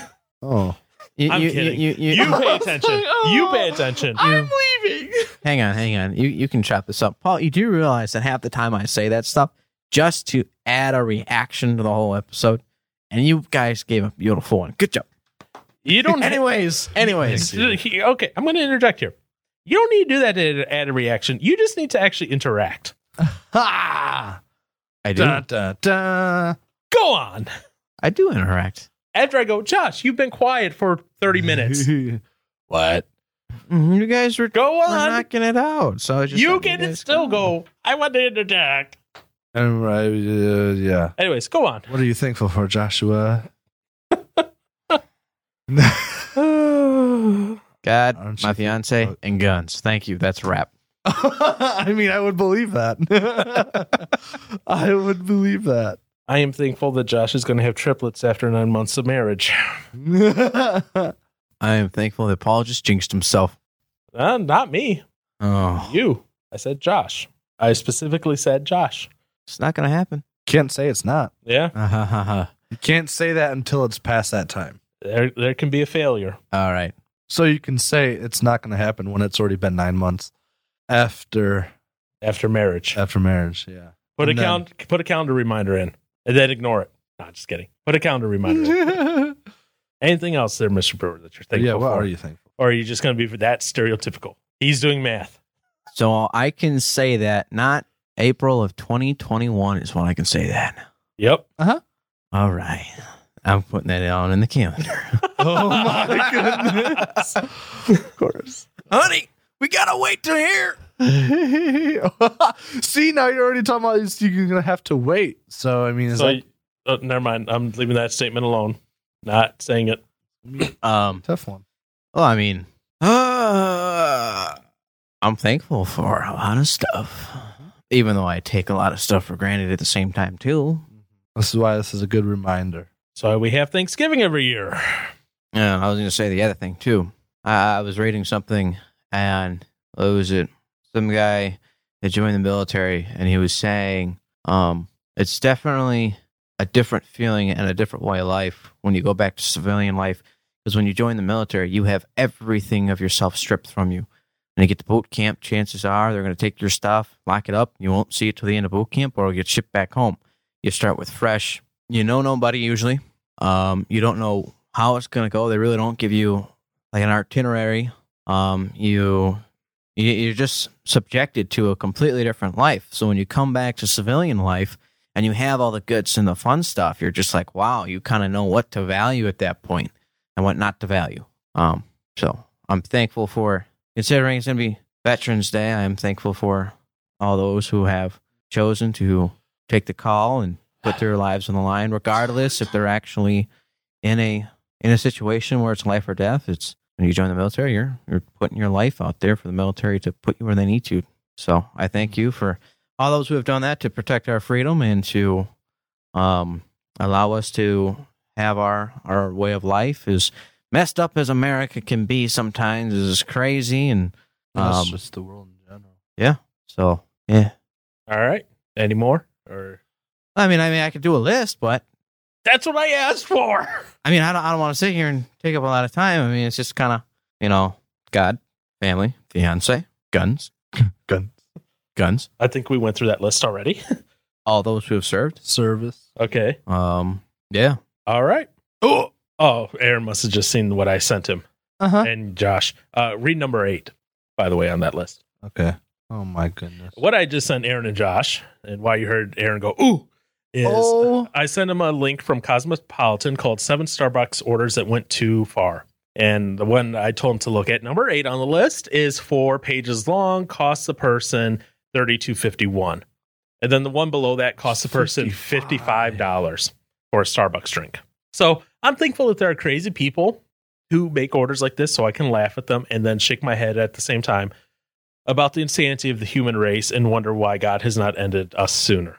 S3: Oh.
S5: you,
S4: I'm
S5: you,
S4: kidding.
S5: You, you,
S4: You pay attention. You pay attention.
S3: leaving.
S5: hang on, hang on. You you can chop this up, Paul. You do realize that half the time I say that stuff just to add a reaction to the whole episode, and you guys gave a beautiful one. Good job.
S4: You don't.
S5: Anyways, anyways,
S4: okay, I'm going to interject here. You don't need to do that to add a reaction. You just need to actually interact.
S3: Ha!
S5: I do.
S3: Da, da, da.
S4: Go on.
S5: I do interact.
S4: After I go, Josh, you've been quiet for 30 minutes.
S3: what?
S5: Mhm, You guys were,
S4: Go
S5: were
S4: on.
S5: knocking it out, so I just
S4: You
S5: let
S4: can
S5: guys
S4: still go. I want to interject.
S3: Um, I, uh, yeah.
S4: Anyways, go on.
S3: What are you thankful for, Joshua?
S5: God,
S3: Aren't
S5: my
S3: you-
S5: fiance,
S3: Oh.
S5: and guns. Thank you. That's a wrap.
S3: I mean, I would believe that. I would believe that.
S4: I am thankful that Josh is going to have triplets after nine months of marriage.
S5: I am thankful that Paul just jinxed himself.
S4: Uh, not me.
S5: Oh,
S4: You. I said Josh. I specifically said Josh.
S5: it's not gonna happen.
S3: Can't say it's not.
S4: Yeah.
S5: All
S3: You can't say that until it's past that time.
S4: There, there can be a failure.
S5: right.
S3: So you can say it's not going to happen when it's already been nine months after
S4: after marriage.
S3: after marriage. Yeah.
S4: Put a
S3: and then-
S4: count, put a calendar reminder in, and then ignore it. Nah, just kidding. Put a calendar reminder. in. Anything else there, Mister Brewer, that you're thankful
S3: yeah. What
S4: for?
S3: are you thankful?
S4: Or are you just going to be for that stereotypical? He's doing math.
S5: So I can say that not April of 2021 is when I can say that.
S4: Yep.
S5: All right. I'm putting that on in the calendar.
S3: oh my goodness! of course.
S5: Honey, we got to wait to hear.
S3: See, now you're already talking about it's- you're going to have to wait. So I mean, is
S4: so,
S3: that
S4: oh, never mind. I'm leaving that statement alone. Not saying it.
S5: Um,
S3: tough one?
S5: well, I mean, uh, I'm thankful for a lot of stuff, even though I take a lot of stuff for granted at the same time, too.
S3: This is why this is a good reminder.
S4: So we have Thanksgiving every year.
S5: Yeah, I was going to say the other thing too. I, I was reading something, and what was it? Some guy that joined the military, and he was saying, um, "It's definitely a different feeling and a different way of life when you go back to civilian life, because when you join the military, you have everything of yourself stripped from you. When you get to boot camp, chances are they're going to take your stuff, lock it up. You won't see it till the end of boot camp, or it'll get shipped back home. You start with fresh. You know nobody usually." Um, you don't know how it's going to go. They really don't give you like an itinerary. Um, you you- you're just subjected to a completely different life. So when you come back to civilian life and you have all the goods and the fun stuff, you're just like, wow, you kind of know what to value at that point and what not to value. Um, so I'm thankful for considering it's going to be Veterans Day. I am thankful for all those who have chosen to take the call and put their lives on the line, regardless if they're actually in a in a situation where it's life or death. It's when you join the military, you're you're putting your life out there for the military to put you where they need you. So I thank you for all those who have done that to protect our freedom and to um, allow us to have our our way of life as messed up as America can be sometimes is crazy and
S3: That's
S5: um,
S3: just the world in general.
S5: so yeah.
S4: All right. Any more? Or
S5: I mean, I mean, I could do a list, but
S4: that's what I asked for.
S5: I mean, I don't, I don't want to sit here and take up a lot of time. I mean, it's just kind of, you know, God, family, fiance, guns,
S3: Guns.
S5: guns,
S4: I think we went through that list already.
S5: all those who have served.
S3: Service.
S4: okay.
S5: Um, yeah.
S4: All right. Oh, oh, Aaron must have just seen what I sent him.
S3: Uh
S5: Uh-huh.
S3: huh.
S4: and Josh. Uh, read number eight, by the way, on that list.
S3: Okay. Oh my goodness.
S4: What I just sent Aaron and Josh, and why you heard Aaron go, ooh, is
S3: Oh.
S4: I sent him a link from Cosmopolitan called Seven Starbucks Orders That Went Too Far. And the one I told him to look at, number eight on the list, is four pages long, costs the person thirty two fifty one. And then the one below that costs the person fifty five
S3: $55.
S4: dollars for a Starbucks drink. So I'm thankful that there are crazy people who make orders like this so I can laugh at them and then shake my head at the same time about the insanity of the human race and wonder why God has not ended us sooner.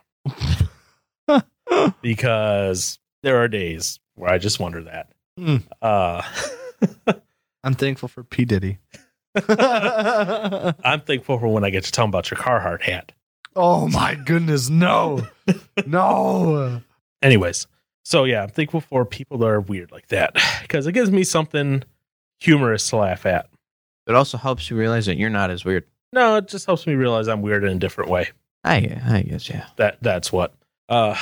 S4: because there are days where I just wonder that.
S3: Hmm.
S4: Uh,
S3: I'm thankful for P Diddy.
S4: I'm thankful for when I get to tell them about your Carhartt hat.
S3: oh my goodness. No. no.
S4: Anyways, so yeah, I'm thankful for people that are weird like that because it gives me something humorous to laugh at.
S5: It also helps you realize that you're not as weird.
S4: No, it just helps me realize I'm weird in a different way.
S5: I, I guess, yeah.
S4: that that's what uh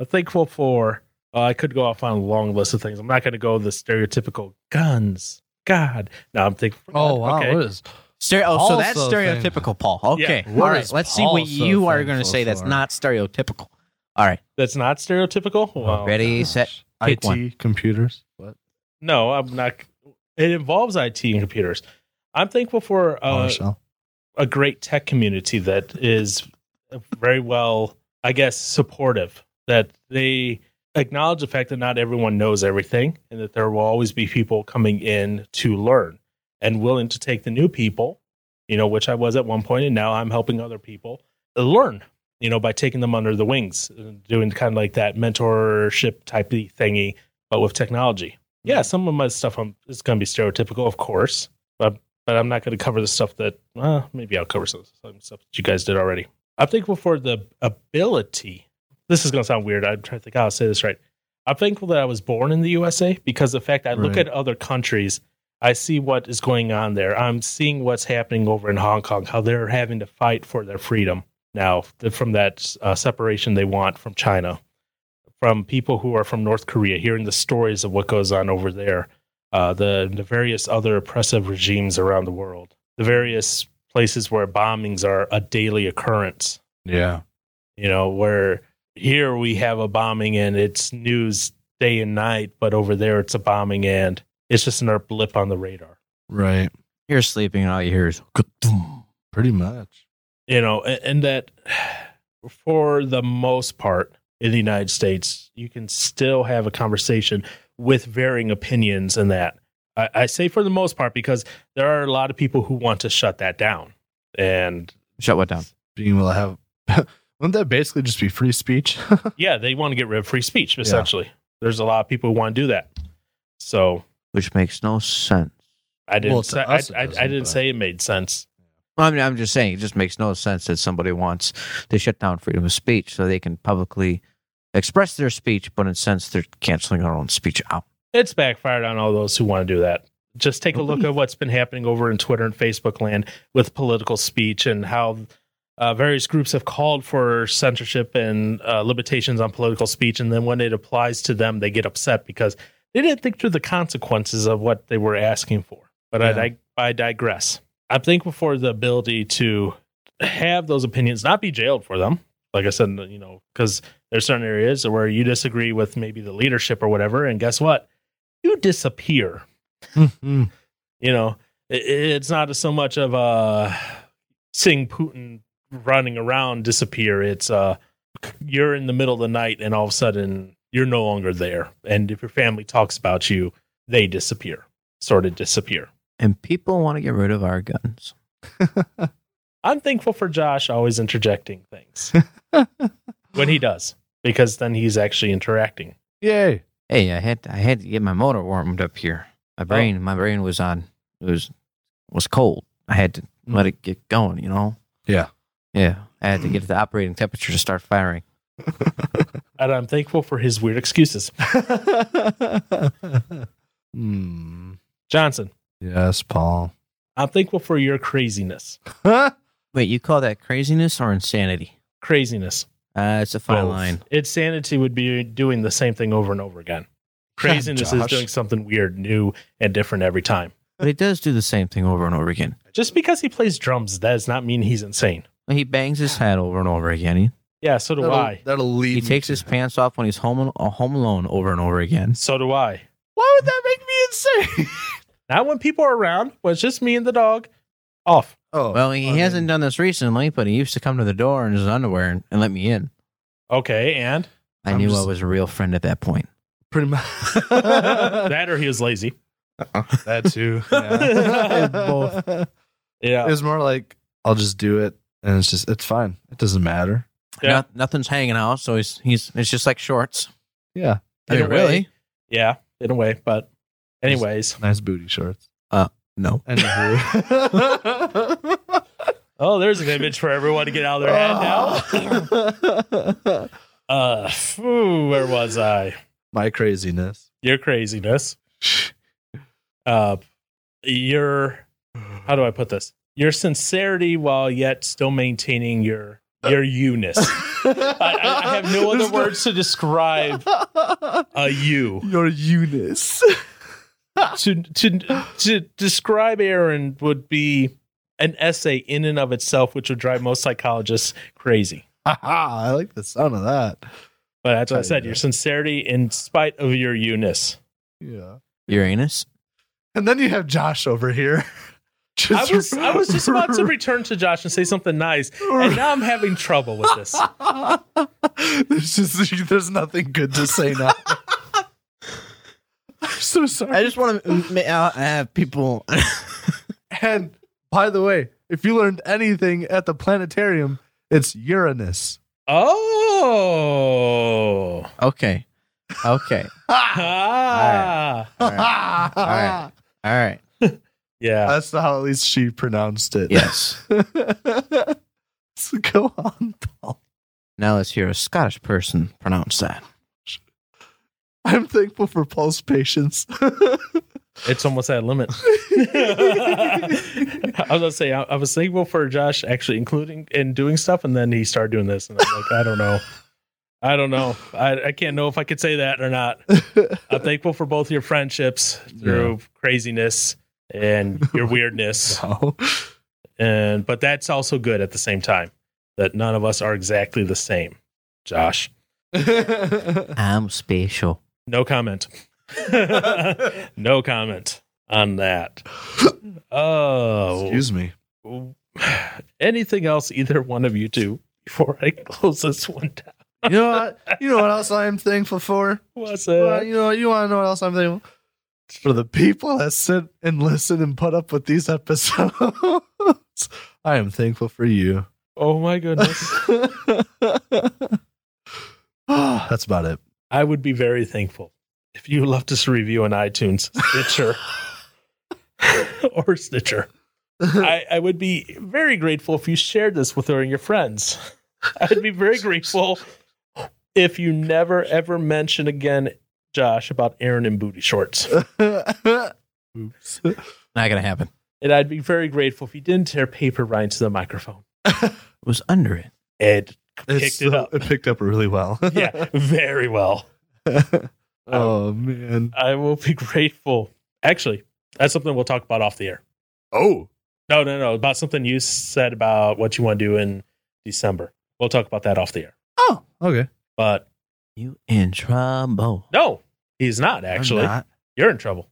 S4: i'm thankful for uh, i could go off on a long list of things i'm not going to go the stereotypical guns god no i'm thinking
S3: Oh wow.
S4: okay.
S3: What is
S5: Stereo- oh, so that's
S3: Also
S5: stereotypical, Paul. Okay.
S3: Yeah.
S5: All
S3: What
S5: right.
S3: is
S5: Let's see
S3: Paul
S5: what
S3: so
S5: you are going to
S3: thankful
S5: say that's
S3: for?
S5: not stereotypical. All right.
S4: that's not stereotypical
S3: Oh,
S4: well
S5: Ready, set. pick
S3: IT
S5: one.
S3: computers? What?
S4: no i'm not it involves it and computers i'm thankful for uh,
S3: PowerShell.
S4: a great tech community that is very well, I guess, supportive. That they acknowledge the fact that not everyone knows everything, and that there will always be people coming in to learn. and willing to take the new people, you know, which I was at one point, and now I'm helping other people uh, learn, you know, by taking them under the wings, and doing kind of like that mentorship type of thingy, but with technology. Yeah, some of my stuff I'm, is going to be stereotypical, of course, but but I'm not going to cover the stuff that uh, maybe I'll cover some, some stuff that you guys did already. I'm thankful for the ability. This is going to sound weird. I'm trying to think how I'll say this right. I'm thankful that I was born in the USA because the fact I look
S3: Right.
S4: at other countries, I see what is going on there. I'm seeing what's happening over in Hong Kong, how they're having to fight for their freedom now th- from that uh, separation they want from China, from people who are from North Korea, hearing the stories of what goes on over there, uh, the, the various other oppressive regimes around the world, the various places where bombings are a daily occurrence
S3: Yeah.
S4: you know where here we have a bombing and it's news day and night but over there it's a bombing and it's just another blip on the radar
S3: Right.
S5: You're sleeping and all you hear is ka-thum.
S3: Pretty much.
S4: you know and, and that for the most part in the united states you can still have a conversation with varying opinions and that I, I say for the most part because there are a lot of people who want to shut that down and
S5: Shut what down?
S3: Being able to have. Wouldn't that basically just be free speech?
S4: yeah they want to get rid of free speech essentially there's a lot of people who want to do that so
S5: Which makes no sense.
S4: I didn't.
S3: Well, to
S4: say, I,
S3: us it
S4: I, I
S3: doesn't,
S4: didn't
S3: but-
S4: say it made sense.
S5: Well, I mean, I'm just saying it just makes no sense that somebody wants to shut down freedom of speech so they can publicly express their speech, but in a sense they're canceling their own speech out.
S4: It's backfired on all those who want to do that. Just take a look at what's been happening over in Twitter and Facebook land with political speech and how uh, various groups have called for censorship and uh, limitations on political speech. And then when it applies to them, they get upset because they didn't think through the consequences of what they were asking for. But I, dig- I digress. I'm thankful for the ability to have those opinions, not be jailed for them. Like I said, you know, because there's certain areas where you disagree with maybe the leadership or whatever, and guess what? You disappear.
S3: Mhm.
S4: You know, I- it's not so much of uh, seeing Putin running around disappear. It's uh, you're in the middle of the night, and all of a sudden you're no longer there. And if your family talks about you, they disappear, sort of disappear.
S5: And people want to get rid of our guns.
S4: I'm thankful for Josh always interjecting things when he does, because then he's actually interacting.
S3: Yay.
S5: Hey, I had I had to get my motor warmed up here. My brain, my brain was on it was was cold. I had to let it get going. You know.
S3: Yeah.
S5: Yeah. I had to get the operating temperature to start firing.
S4: And I'm thankful for his weird excuses.
S3: Hmm.
S4: Johnson,
S3: Yes, Paul.
S4: I'm thankful for your craziness.
S5: Wait, you call that craziness or insanity?
S4: Craziness.
S5: Uh, it's a fine
S3: Both.
S5: line.
S4: It's sanity would be doing the same thing over and over again. Craziness is
S3: Josh.
S4: doing something weird, new, and different every time.
S5: But it does do the same thing over and over again.
S4: Just because he plays drums that does not mean he's insane.
S5: He bangs his head over and over again. He,
S4: Yeah, so do
S3: that'll,
S4: I.
S3: That'll lead.
S5: he
S3: me
S5: takes
S3: to-
S5: his pants off when he's home, uh, home alone over and over again.
S4: So do I.
S3: Why would that make me insane?
S4: Not when people are around, but it's just me and the dog. Off.
S3: oh.
S5: Well, he
S3: I mean,
S5: hasn't done this recently, but he used to come to the door in his underwear and, and let me in.
S4: Okay, and
S5: I
S3: I'm
S5: knew
S3: just-
S5: I was a real friend at that point.
S3: Pretty much.
S4: that or he was lazy.
S3: that too.
S4: Yeah.
S3: Both.
S4: Yeah.
S3: It was more like I'll just do it, and it's just it's fine. It doesn't matter.
S4: Yeah.
S5: No- nothing's hanging out, so he's he's it's just like shorts.
S3: Yeah,
S4: In
S5: Hey,
S4: a way. Yeah, in a way, but anyways.
S3: nice booty shorts.
S5: No.
S3: Anywho.
S4: Oh, there's an image for everyone to get out of their head now. Uh, phew, where was I?
S3: My craziness.
S4: Your craziness. Uh, your how do I put this? Your sincerity while yet still maintaining your your you-ness. I, I, I have no other
S3: There's
S4: words to describe a you.
S3: Your Eunice.
S4: to to to describe Aaron would be an essay in and of itself, which would drive most psychologists crazy.
S3: I like the sound of that.
S4: But that's what I said.
S3: Yeah.
S4: Your sincerity, in spite of your you-ness.
S3: Yeah.
S5: Uranus.
S3: And then you have Josh over here.
S4: I was I was just about to return to Josh and say something nice, and now I'm having trouble with this.
S3: there's just there's nothing good to say now. I'm so sorry.
S5: I just want to have uh, people.
S3: And by the way, if you learned anything at the planetarium, it's Uranus.
S4: Oh.
S5: Okay. Okay.
S4: Ah.
S5: All right. right. All right.
S4: Yeah.
S3: That's how at least she pronounced it.
S5: Yes.
S3: so go on, Paul.
S5: Now let's hear a Scottish person pronounce that.
S3: I'm thankful for Paul's patience.
S4: It's almost at limit. I was gonna say I, I was thankful for Josh actually including and doing stuff, and then he started doing this, and I'm like, I don't know, I don't know, I, I can't know if I could say that or not. I'm thankful for both your friendships through craziness and your weirdness,
S3: Wow.
S4: and but that's also good at the same time that none of us are exactly the same. Josh,
S5: I'm special.
S4: no comment. no comment on that. Oh,
S3: Excuse me.
S4: anything else either one of you do before I close this one down?
S3: You know what? You know what else I am thankful for?
S4: What's
S3: Well,
S4: that?
S3: you know, you want to know what else I'm thankful for? The people that sit and listen and put up with these episodes. I am thankful for you.
S4: Oh my goodness.
S3: Ah, That's about it.
S4: I would be very thankful if you left us a review on iTunes, Stitcher, or Stitcher. I, I would be very grateful if you shared this with all your friends. I'd be very grateful if you never ever mention again, Josh, about Aaron and booty shorts.
S3: Oops.
S5: Not gonna happen.
S4: And I'd be very grateful if you didn't tear paper right into the microphone.
S5: It was under it.
S4: Ed picked
S3: It's-
S4: it up.
S3: It picked up really well.
S4: yeah, very well.
S3: oh man.
S4: I will be grateful. Actually, that's something we'll talk about off the air.
S3: Oh.
S4: No, no, no. About something you said about what you want to do in December. We'll talk about that off the air.
S3: Oh. Okay.
S4: But
S5: You in trouble.
S4: no, he's not actually.
S5: I'm not.
S4: You're in trouble.